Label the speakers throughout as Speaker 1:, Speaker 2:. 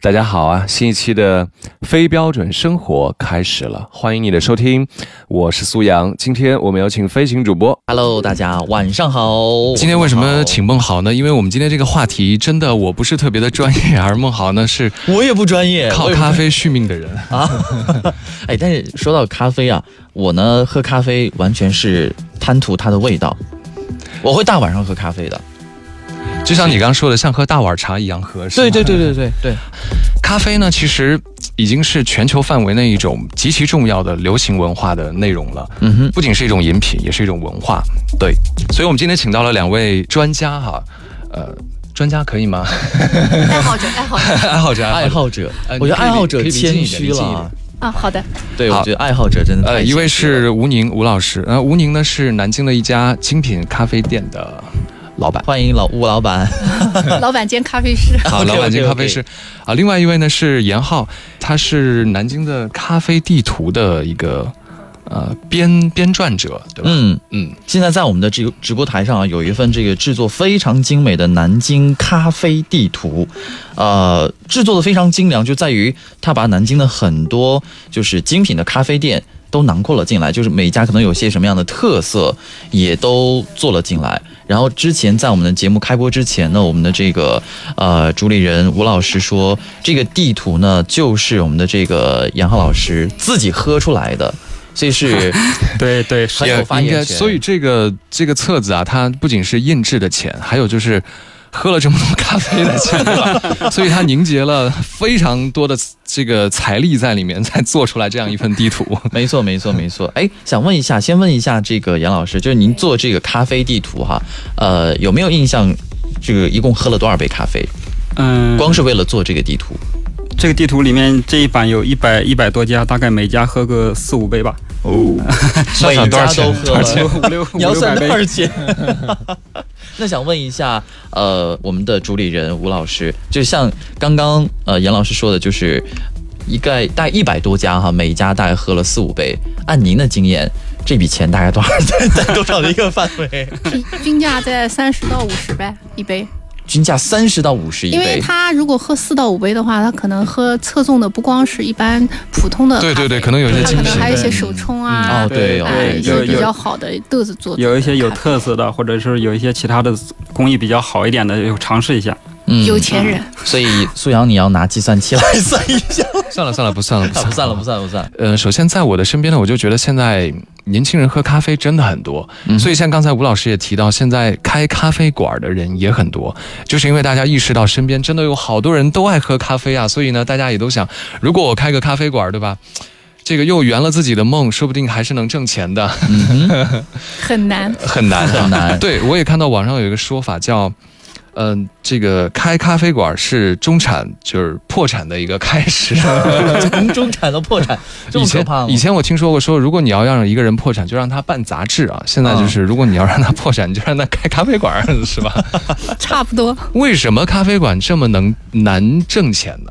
Speaker 1: 大家好啊！新一期的《非标准生活》开始了，欢迎你的收听，我是苏阳。今天我们有请飞行主播，
Speaker 2: Hello，大家晚上好。
Speaker 3: 今天为什么
Speaker 2: 请？
Speaker 3: 请孟豪呢？因为我们今天这个话题真的我不是特别的专业，而孟豪 呢是
Speaker 2: 我也不专
Speaker 1: 哎
Speaker 2: 业，
Speaker 3: 靠
Speaker 2: 我也不
Speaker 3: 咖啡续命的人。
Speaker 2: 啊。哎，但是说到咖啡啊，我呢喝咖啡完全是贪图它的味道，我会大晚上喝咖啡的。
Speaker 3: 就像你刚刚说的，像喝大碗茶一样喝。是吗，
Speaker 2: 对对对，
Speaker 3: 咖啡呢其实已经是全球范围内一种极其重要的流行文化的内容了。
Speaker 2: 嗯哼，
Speaker 3: 不仅是一种饮品，也是一种文化。对，所以我们今天请到了两位专家哈，呃，专家可以吗？
Speaker 4: 爱 好者，爱 好者
Speaker 3: 爱好者，
Speaker 2: 爱哎好者，
Speaker 3: 呃
Speaker 2: 我觉得爱好者
Speaker 3: 你可以离近
Speaker 2: 谦
Speaker 3: 一点
Speaker 2: 虚
Speaker 3: 离近一
Speaker 2: 了
Speaker 3: 点。
Speaker 4: 啊，好 的，
Speaker 2: 对，我
Speaker 3: 好
Speaker 2: 觉得爱好者真的太
Speaker 3: 呃，
Speaker 2: 谦虚了。
Speaker 3: 一位是吴宁吴老师，呃，吴宁呢是南京的一家精品咖啡店的老 板。
Speaker 2: 欢迎老吴老板，
Speaker 4: 老板兼咖啡师，
Speaker 3: 好，
Speaker 2: OK，OK，OK
Speaker 3: 老板金咖啡师啊，另外一位呢是严浩，他是南京的咖啡地图的一个呃编编撰者，对吧？
Speaker 2: 嗯。
Speaker 3: 嗯，
Speaker 2: 现在在我们的直直播台上啊，有一份这个制作非常精美的南京咖啡地图，呃，制作的非常精良，就在于它把南京的很多就是精品的咖啡店都囊括了进来，就是每一家可能有些什么样的特色，也都做了进来。然后之前在我们的节目开播之前呢，我们的这个呃主理人吴老师说，这个地图呢就是我们的这个杨浩老师自己喝出来的，所以是
Speaker 5: 对对，
Speaker 2: 很有发
Speaker 3: 应该
Speaker 2: 言权。
Speaker 3: 所以这个这个册子啊，它不仅是印制的钱，还有就是。喝了这么多咖啡的 钱，对吧所以他凝结了非常多的这个财力在里面，才做出来这样一份地图。
Speaker 2: 没错，没错，没错。哎，想问一下，先问一下这个杨老师，就是您做这个咖啡地图哈，呃，有没有印象？这个一共喝了多少杯咖啡？
Speaker 5: 嗯，
Speaker 2: 光是为了做这个 地图，
Speaker 5: 这个地图里面这一版有一百一百多家，大概每家喝个四五杯吧，
Speaker 2: 每
Speaker 3: 算多
Speaker 2: 家
Speaker 3: 少
Speaker 2: 都
Speaker 3: 钱
Speaker 2: 喝 了。
Speaker 5: 五六五
Speaker 2: 你要
Speaker 5: 六
Speaker 2: 算
Speaker 5: 百
Speaker 2: 多少
Speaker 5: 杯。
Speaker 2: 钱？ 那想问一下，呃，我们的主理人吴老师，就像刚刚呃杨老师说的，就是一个大概一百多家哈，每一家大概喝了四五杯。按您的经验，这笔钱大概多少在在多少的一个范围？
Speaker 4: 均均价在三十到五十呗一杯，
Speaker 2: 均价三十到五十一
Speaker 4: 因为
Speaker 2: 杯。
Speaker 4: 他如果喝四到五杯的话，他可能喝侧重的不光是一般普通的，
Speaker 3: 对对对，可能有一些
Speaker 4: 他可
Speaker 3: 精
Speaker 4: 能
Speaker 3: 品
Speaker 4: 还有一些
Speaker 2: 嗯
Speaker 4: 手冲
Speaker 2: 哦，
Speaker 4: 啊，
Speaker 2: 对
Speaker 5: 对
Speaker 2: 哦，
Speaker 4: 啊，
Speaker 5: 嗯对
Speaker 4: 一
Speaker 5: 有
Speaker 4: 些比
Speaker 5: 有
Speaker 4: 较好的豆子做的
Speaker 5: 有一些有
Speaker 4: 咖啡
Speaker 5: 特色的，或者是有一些其他的工艺比较好一点的，有尝试一下。
Speaker 2: 嗯
Speaker 4: 有钱人，
Speaker 2: 所以苏阳，你要拿计算器
Speaker 3: 哎
Speaker 2: 来算一下。
Speaker 3: 算了算了，不算了，不算
Speaker 2: 不
Speaker 3: 了
Speaker 2: 算了，不算了，不 算了。
Speaker 3: 呃，首先在我的身边呢，我就觉得现在年轻人喝咖啡真的很多，
Speaker 2: 嗯
Speaker 3: 所以像刚才吴老师也提到，现在开咖啡馆的人也很多，就是因为大家意识到身边真的有好多人都爱喝咖啡啊，所以呢，大家也都想，如果我开个咖啡馆，对吧？这个又圆了自己的梦，说不定还是能挣钱的，
Speaker 4: 很 难。
Speaker 3: 很难
Speaker 2: 很难
Speaker 3: 对我也看到网上有一个说法叫。嗯、这个开咖啡馆是中产就是破产的一个开始。
Speaker 2: 从中产到破产，这
Speaker 3: 以
Speaker 2: 么可
Speaker 3: 前
Speaker 2: 怕吗？
Speaker 3: 以前我听说过说，如果你要让一个人破产，就让他办杂志啊。现在就是，如果你要让他破产，你就让他开咖啡馆儿，是 吧？
Speaker 4: 差不多。
Speaker 3: 为什么咖啡馆这么能难挣钱呢？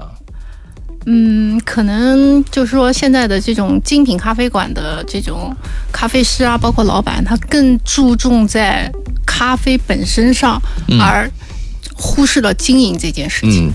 Speaker 4: 嗯，可能就是说现在的这种精品咖啡馆的这种咖啡师啊，包括老板，他更注重在咖啡本身上，
Speaker 2: 嗯
Speaker 4: 而忽视了经营这件事情。
Speaker 3: 嗯，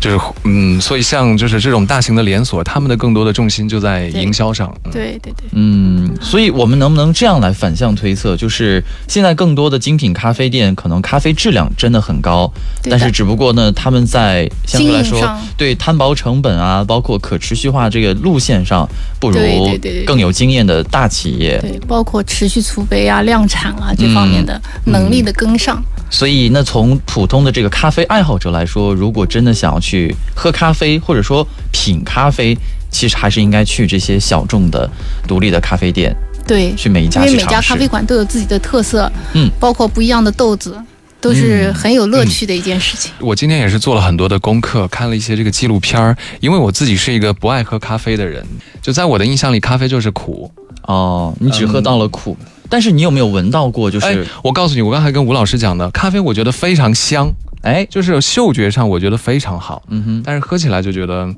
Speaker 3: 就是嗯，所以像就是这种大型的连锁，他们的更多的重心就在营销上。嗯
Speaker 4: 对对对，
Speaker 2: 嗯，所以我们能不能这样来反向推测，就是现在更多的精品咖啡店，可能咖啡质量真的很高，
Speaker 4: 对
Speaker 2: 但
Speaker 4: 的
Speaker 2: 是只不过呢，他们在相对来
Speaker 4: 经营
Speaker 2: 说
Speaker 4: 上
Speaker 2: 对摊薄成本啊，包括可持续化这个路线上，不如
Speaker 4: 对对对对
Speaker 2: 更有经验的大企业。
Speaker 4: 对，包括持续储备啊、量产啊这方面的
Speaker 2: 嗯
Speaker 4: 能力的跟上，
Speaker 2: 所以，那从普通的这个咖啡爱好者来说，如果真的想要去喝咖啡，或者说品咖啡，其实还是应该去这些小众的、独立的咖啡店，
Speaker 4: 对，
Speaker 2: 去每一
Speaker 4: 因
Speaker 2: 家
Speaker 4: 为
Speaker 2: 去
Speaker 4: 每家
Speaker 2: 尝试。
Speaker 4: 咖啡馆都有自己的特色，
Speaker 2: 嗯，
Speaker 4: 包括不一样的豆子，都是很有乐趣的一件事情。
Speaker 3: 我今天也是做了很多的功课，看了一些这个纪录片儿，因为我自己是一个不爱喝咖啡的人，就在我的印象里，咖啡就是苦。
Speaker 2: 哦，你只喝到了苦，但是你有没有闻到过？就是
Speaker 3: 哎，我告诉你，我刚才跟吴老师讲的，咖啡我觉得非常香，
Speaker 2: 哎，
Speaker 3: 就是嗅觉上我觉得非常好，
Speaker 2: 嗯哼，
Speaker 3: 但是喝起来就觉得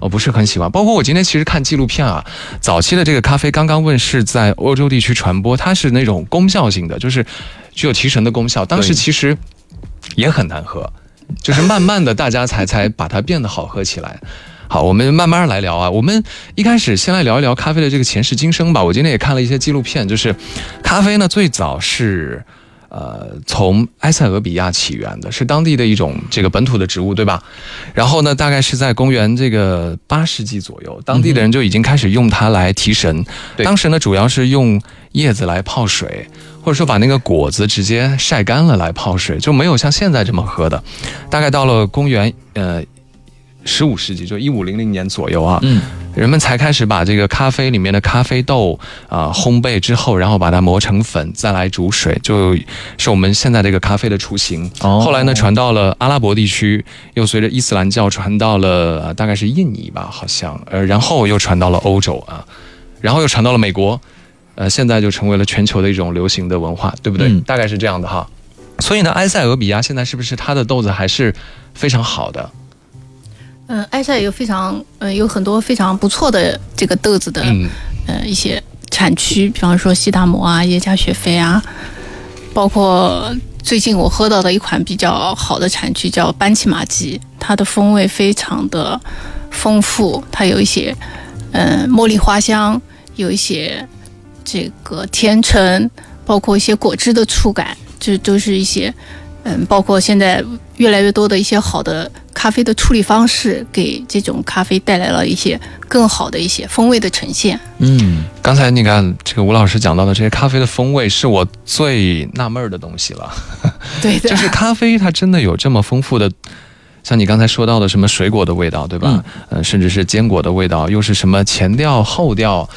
Speaker 3: 我不是很喜欢。包括我今天其实看纪录片啊，早期的这个咖啡刚刚问世在欧洲地区传播，它是那种功效性的，就是具有提神的功效。当时
Speaker 2: 对
Speaker 3: 其实也很难喝。就是慢慢的大家才才把它变得好喝起来。 好，我们慢慢来聊啊。我们一开始先来聊一聊咖啡的这个前世今生吧。我今天也看了一些纪录片，就是咖啡呢最早是呃从埃塞俄比亚起源的，是当地的一种这个本土的植物，对吧？然后呢，大概是在公元这个八世纪左右，当地的人就已经开始用它来提神。
Speaker 2: 对
Speaker 3: 当时呢，主要是用叶子来泡水，或者说把那个果子直接晒干了来泡水，就没有像现在这么喝的。大概到了公元呃十五世纪，就一五零零年左右啊，
Speaker 2: 嗯，
Speaker 3: 人们才开始把这个咖啡里面的咖啡豆啊、烘焙之后，然后把它磨成粉，再来煮水，就是我们现在这个咖啡的雏形。
Speaker 2: 哦
Speaker 3: 后来呢，传到了阿拉伯地区，又随着伊斯兰教传到了、呃大概是印尼吧，好像，呃，然后又传到了欧洲啊，然后又传到了美国，呃，现在就成为了全球的一种流行的文化，对不对？
Speaker 2: 嗯
Speaker 3: 大概是这样的哈。所以呢，埃塞俄比亚现在是不是它的豆子还是非常好的？
Speaker 4: 嗯，埃塞有非常呃有很多非常不错的这个豆子的、
Speaker 3: 嗯，
Speaker 4: 呃一些产区，比方说西达摩啊、耶加雪菲啊，包括最近我喝到的一款比较好的产区叫班奇马基，它的风味非常的丰富，它有一些嗯、呃茉莉花香，有一些这个甜橙，包括一些果汁的触感，这都是一些嗯，包括现在越来越多的一些好的咖啡的处理方式，给这种咖啡带来了一些更好的一些风味的呈现。
Speaker 2: 嗯，
Speaker 3: 刚才你看这个吴老师讲到的这些咖啡的风味，是我最纳闷儿的东西了。
Speaker 4: 对的，
Speaker 3: 就是咖啡它真的有这么丰富的，像你刚才说到的什么水果的味道，对吧？嗯、呃，甚至是坚果的味道，又是什么前调后调。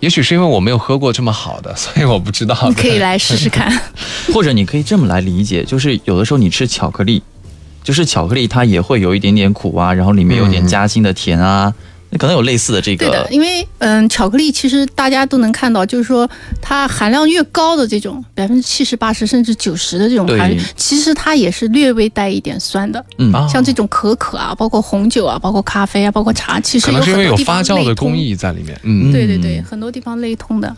Speaker 3: 也许是因为我没有喝过这么好的，所以我不知道。
Speaker 4: 你嗯可以来试试看。
Speaker 2: 或者你可以这么来理解，就是有的时候你吃巧克力，就是巧克力它也会有一点点苦啊，然后里面有点夹心的甜啊，那可能有类似的这
Speaker 4: 对的
Speaker 2: 个，，
Speaker 4: 因为嗯，巧克力其实大家都能看到，就是说它含量越高的这种百分之七十、八十甚至九十的这种
Speaker 2: 对
Speaker 4: 含量，其实它也是略微带一点酸的。
Speaker 2: 嗯
Speaker 3: 啊，
Speaker 4: 像这种可可啊，包括红酒啊，包括咖啡啊，包括茶，其实
Speaker 3: 可能是
Speaker 4: 很
Speaker 3: 因为有
Speaker 4: 多地
Speaker 3: 发
Speaker 4: 方
Speaker 3: 酵的
Speaker 4: 类
Speaker 3: 工
Speaker 4: 通。
Speaker 3: 艺在里面。嗯，
Speaker 4: 对对对，很多地方类通的。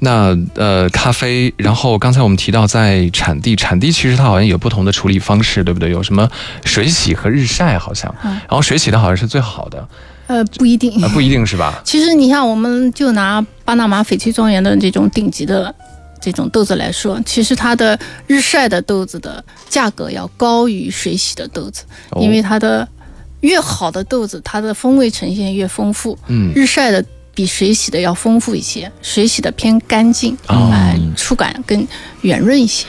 Speaker 3: 那呃，咖啡，然后刚才我们提到在产地，产地其实它好像有不同的处理方式，对不对？有什么水洗和日晒，好像，
Speaker 4: 嗯
Speaker 3: 然后水洗的好像是最好的，
Speaker 4: 呃，不一定
Speaker 3: 呃，。不一定是吧？
Speaker 4: 其实你像我们就拿巴拿马翡翠庄园的这种顶级的这种豆子来说，其实它的日晒的豆子的价格要高于水洗的豆子，
Speaker 2: 哦
Speaker 4: 因为它的越好的豆子，它的风味呈现越丰富，
Speaker 3: 嗯，
Speaker 4: 日晒的比水洗的要丰富一些，水洗的偏干净，
Speaker 3: 哦
Speaker 4: 哎、触感更圆润一些。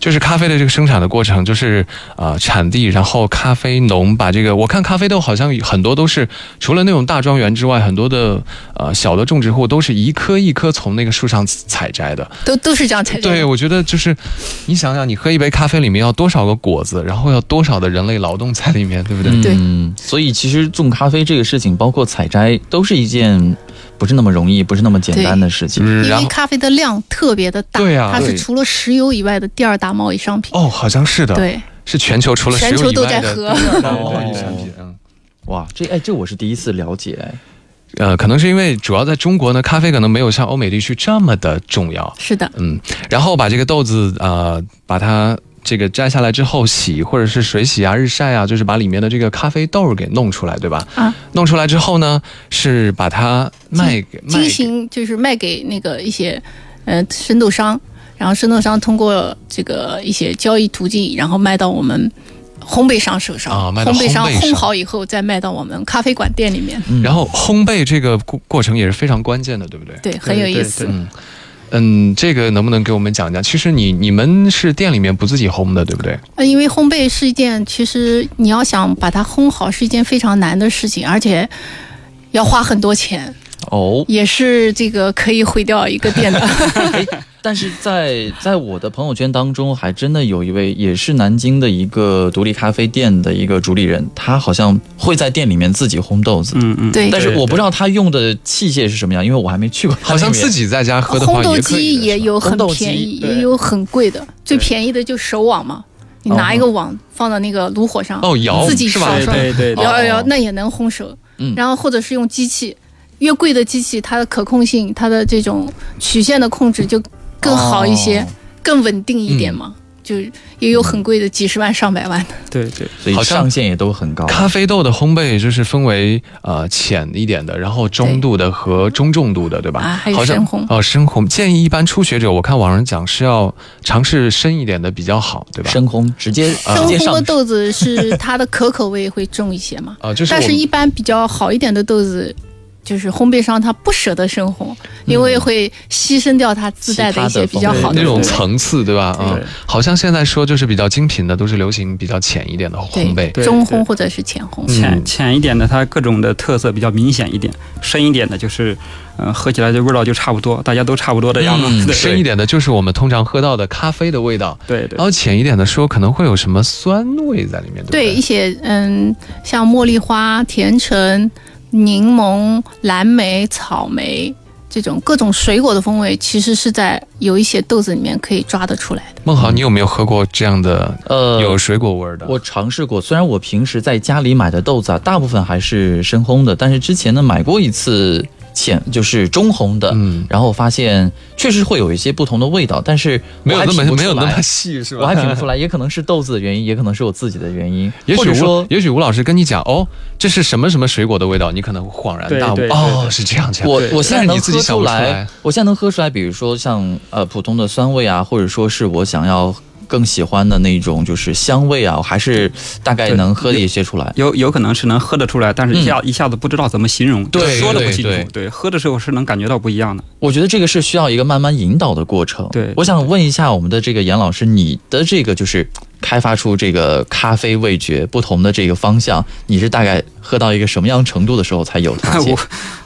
Speaker 3: 就是咖啡的这个生产的过程，就是呃产地，然后咖啡农把这个，我看咖啡豆好像很多都是除了那种大庄园之外，很多的呃小的种植户都是一颗一颗从那个树上采摘的。
Speaker 4: 都都是这样才
Speaker 3: 对，我觉得就是你想想，你喝一杯咖啡里面要多少个果子，然后要多少的人类劳动在里面，对不对？
Speaker 4: 对
Speaker 2: 嗯，所以其实种咖啡这个事情，包括采摘，都是一件不是那么容易、不是那么简单的事情。
Speaker 3: 嗯
Speaker 4: 因
Speaker 3: 然
Speaker 4: 为
Speaker 3: 后
Speaker 4: 咖啡的量特别的大，
Speaker 3: 对啊
Speaker 4: 它是
Speaker 3: 对
Speaker 4: 除了石油以外的第二大贸易商品。
Speaker 3: 哦，好像是的，，
Speaker 4: 对，
Speaker 3: 是全球除了石
Speaker 4: 全
Speaker 3: 油
Speaker 4: 球
Speaker 3: 以
Speaker 4: 都
Speaker 3: 外
Speaker 4: 在
Speaker 3: 的
Speaker 4: 喝。
Speaker 3: 贸易
Speaker 2: 哦
Speaker 3: 产品。嗯
Speaker 2: 哇，这哎，这我是第一次了解，哎
Speaker 3: 呃，可能是因为主要在中国呢，咖啡可能没有像欧美地区这么的重要。
Speaker 4: 是的，
Speaker 3: 嗯，然后把这个豆子呃，把它这个摘下来之后洗，或者是水洗啊、日晒啊，就是把里面的这个咖啡豆儿给弄出来，对吧？
Speaker 4: 啊，
Speaker 3: 弄出来之后呢，是把它卖给卖
Speaker 4: 进
Speaker 3: 给
Speaker 4: 行就是卖给那个一些呃生豆商，然后生豆商通过这个一些交易途径，然后卖到我们烘焙商手上，
Speaker 3: 啊卖到
Speaker 4: 烘焙商
Speaker 3: 烘焙
Speaker 4: 烘
Speaker 3: 商嗯
Speaker 4: 好以后再卖到我们咖啡馆店里面，
Speaker 3: 然后烘焙这个过过程也是非常关键的，对不对？
Speaker 4: 对，很有意思。
Speaker 3: 嗯嗯，这个能不能给我们讲讲？其实你你们是店里面不自己烘的，对不对？
Speaker 4: 呃，因为烘焙是一件，其实你要想把它烘好是一件非常难的事情，而且要花很多钱，
Speaker 2: 哦，
Speaker 4: 也是这个可以毁掉一个 店的。
Speaker 2: 哎，但是在在我的朋友圈当中，还真的有一位也是南京的一个独立咖啡店的一个主理人，他好像会在店里面自己烘豆子，
Speaker 5: 嗯嗯，
Speaker 4: 对，
Speaker 2: 但是
Speaker 5: 对
Speaker 2: 我不知道他用的器械是什么样，因为我还没去过他
Speaker 3: 好
Speaker 2: 那边。
Speaker 3: 像自己在家喝的话
Speaker 4: 烘呃豆
Speaker 3: 也可以
Speaker 4: 机
Speaker 3: 的
Speaker 4: 也
Speaker 3: 是吧
Speaker 4: 有很
Speaker 2: 烘豆机
Speaker 4: 便宜，
Speaker 2: 对
Speaker 4: 也有很贵的，最便宜的就手网嘛，你拿一
Speaker 2: 哦
Speaker 4: 个网放到那个炉火上，
Speaker 3: 哦摇
Speaker 4: 自己
Speaker 3: 是
Speaker 4: 手
Speaker 3: 吧
Speaker 4: 上
Speaker 5: 对对对对
Speaker 4: 摇摇摇
Speaker 2: 哦，
Speaker 4: 那也能烘熟
Speaker 2: 嗯。
Speaker 4: 然后或者是用机器，越贵的机器它的可控性、它的这种曲线的控制就更好一些
Speaker 2: 哦，
Speaker 3: 嗯
Speaker 4: 更稳定一点嘛。就也有很贵的，几十万、上百万的。
Speaker 5: 对对，
Speaker 2: 所以
Speaker 3: 好像
Speaker 2: 上限也都很高。
Speaker 3: 咖啡豆的烘焙就是分为呃浅一点的，然后中度的和中重度的，对吧？
Speaker 4: 啊还有
Speaker 3: 好像
Speaker 4: 深烘
Speaker 3: 哦、深烘建议一般初学者，我看网上讲是要尝试深一点的比较好，对吧？
Speaker 2: 深烘直接
Speaker 3: 啊
Speaker 2: 呃直
Speaker 4: 生
Speaker 2: 接
Speaker 4: 烘
Speaker 2: 上
Speaker 4: 的豆子是它的可可味会重一些嘛？
Speaker 3: 啊、就是我
Speaker 4: 但
Speaker 3: 们
Speaker 4: 是一般比较好一点的豆子，就是烘焙商他不舍得深烘，因为会牺牲掉它自带一些比较好
Speaker 3: 那
Speaker 2: 对
Speaker 4: 的
Speaker 3: 种
Speaker 4: 风味
Speaker 3: 层次，对吧？啊、
Speaker 5: 对
Speaker 3: 好像现在说就是比较精品的，都是流行比较浅一点的烘焙。
Speaker 5: 对
Speaker 4: 中
Speaker 5: 对
Speaker 4: 烘或者是浅烘。
Speaker 5: 浅
Speaker 3: 嗯
Speaker 5: 浅一点的，它各种的特色比较明显一点；深一点的，就是，嗯、喝起来的味道就差不多，大家都差不多的样子。
Speaker 2: 嗯
Speaker 5: 对
Speaker 3: 深一点的就是我们通常喝到的咖啡的味道，
Speaker 5: 对对
Speaker 3: 然后浅一点的说可能会有什么酸味在里面，对不
Speaker 4: 对
Speaker 3: 对？
Speaker 4: 一些嗯，像茉莉花、甜橙、柠檬、蓝莓、草莓这种各种水果的风味，其实是在有一些豆子里面可以抓得出来的。
Speaker 3: 孟豪，你有没有喝过这样的
Speaker 2: 呃
Speaker 3: 有水果味儿的？
Speaker 2: 我尝试过，虽然我平时在家里买的豆子啊，大部分还是深烘的，但是之前呢买过一次浅，就是中烘的，
Speaker 3: 嗯，
Speaker 2: 然后发现确实会有一些不同的味道，但是
Speaker 3: 没有那么
Speaker 2: 我还品不出来
Speaker 3: 没有那么细是吧？
Speaker 2: 我还品不出来，也可能是豆子的原因，也可能是我自己的原因，
Speaker 3: 也
Speaker 2: 或
Speaker 3: 许
Speaker 2: 者
Speaker 3: 吴
Speaker 2: 说，。
Speaker 3: 也许吴老师跟你讲，哦，这是什么什么水果的味道，你可能恍然大悟
Speaker 5: 对对，对
Speaker 3: 哦，
Speaker 5: 对
Speaker 3: 是这样这样。
Speaker 2: 我
Speaker 5: 对对
Speaker 2: 我现在
Speaker 3: 但是
Speaker 2: 能
Speaker 3: 你自
Speaker 2: 喝
Speaker 3: 己想
Speaker 2: 出
Speaker 3: 不出
Speaker 2: 来
Speaker 3: 来，
Speaker 2: 我现在能喝出来，比如说像呃普通的酸味啊，或者说是我想要更喜欢的那种就是香味啊，我还是大概
Speaker 5: 对
Speaker 2: 能喝的一些出来。
Speaker 5: 有有可能是能喝得出来，但是一下、一下子不知道怎么形容，
Speaker 3: 对
Speaker 5: 说的不
Speaker 3: 对
Speaker 5: 清楚。
Speaker 3: 对
Speaker 5: 喝的时候是能感觉到不一样的。
Speaker 2: 我觉得这个是需要一个慢慢引导的过程。
Speaker 5: 对
Speaker 2: 我想问一下我们的这个严老师，你的这个就是开发出这个咖啡味觉不同的这个方向，你是大概喝到一个什么样程度的时候才有它
Speaker 5: 我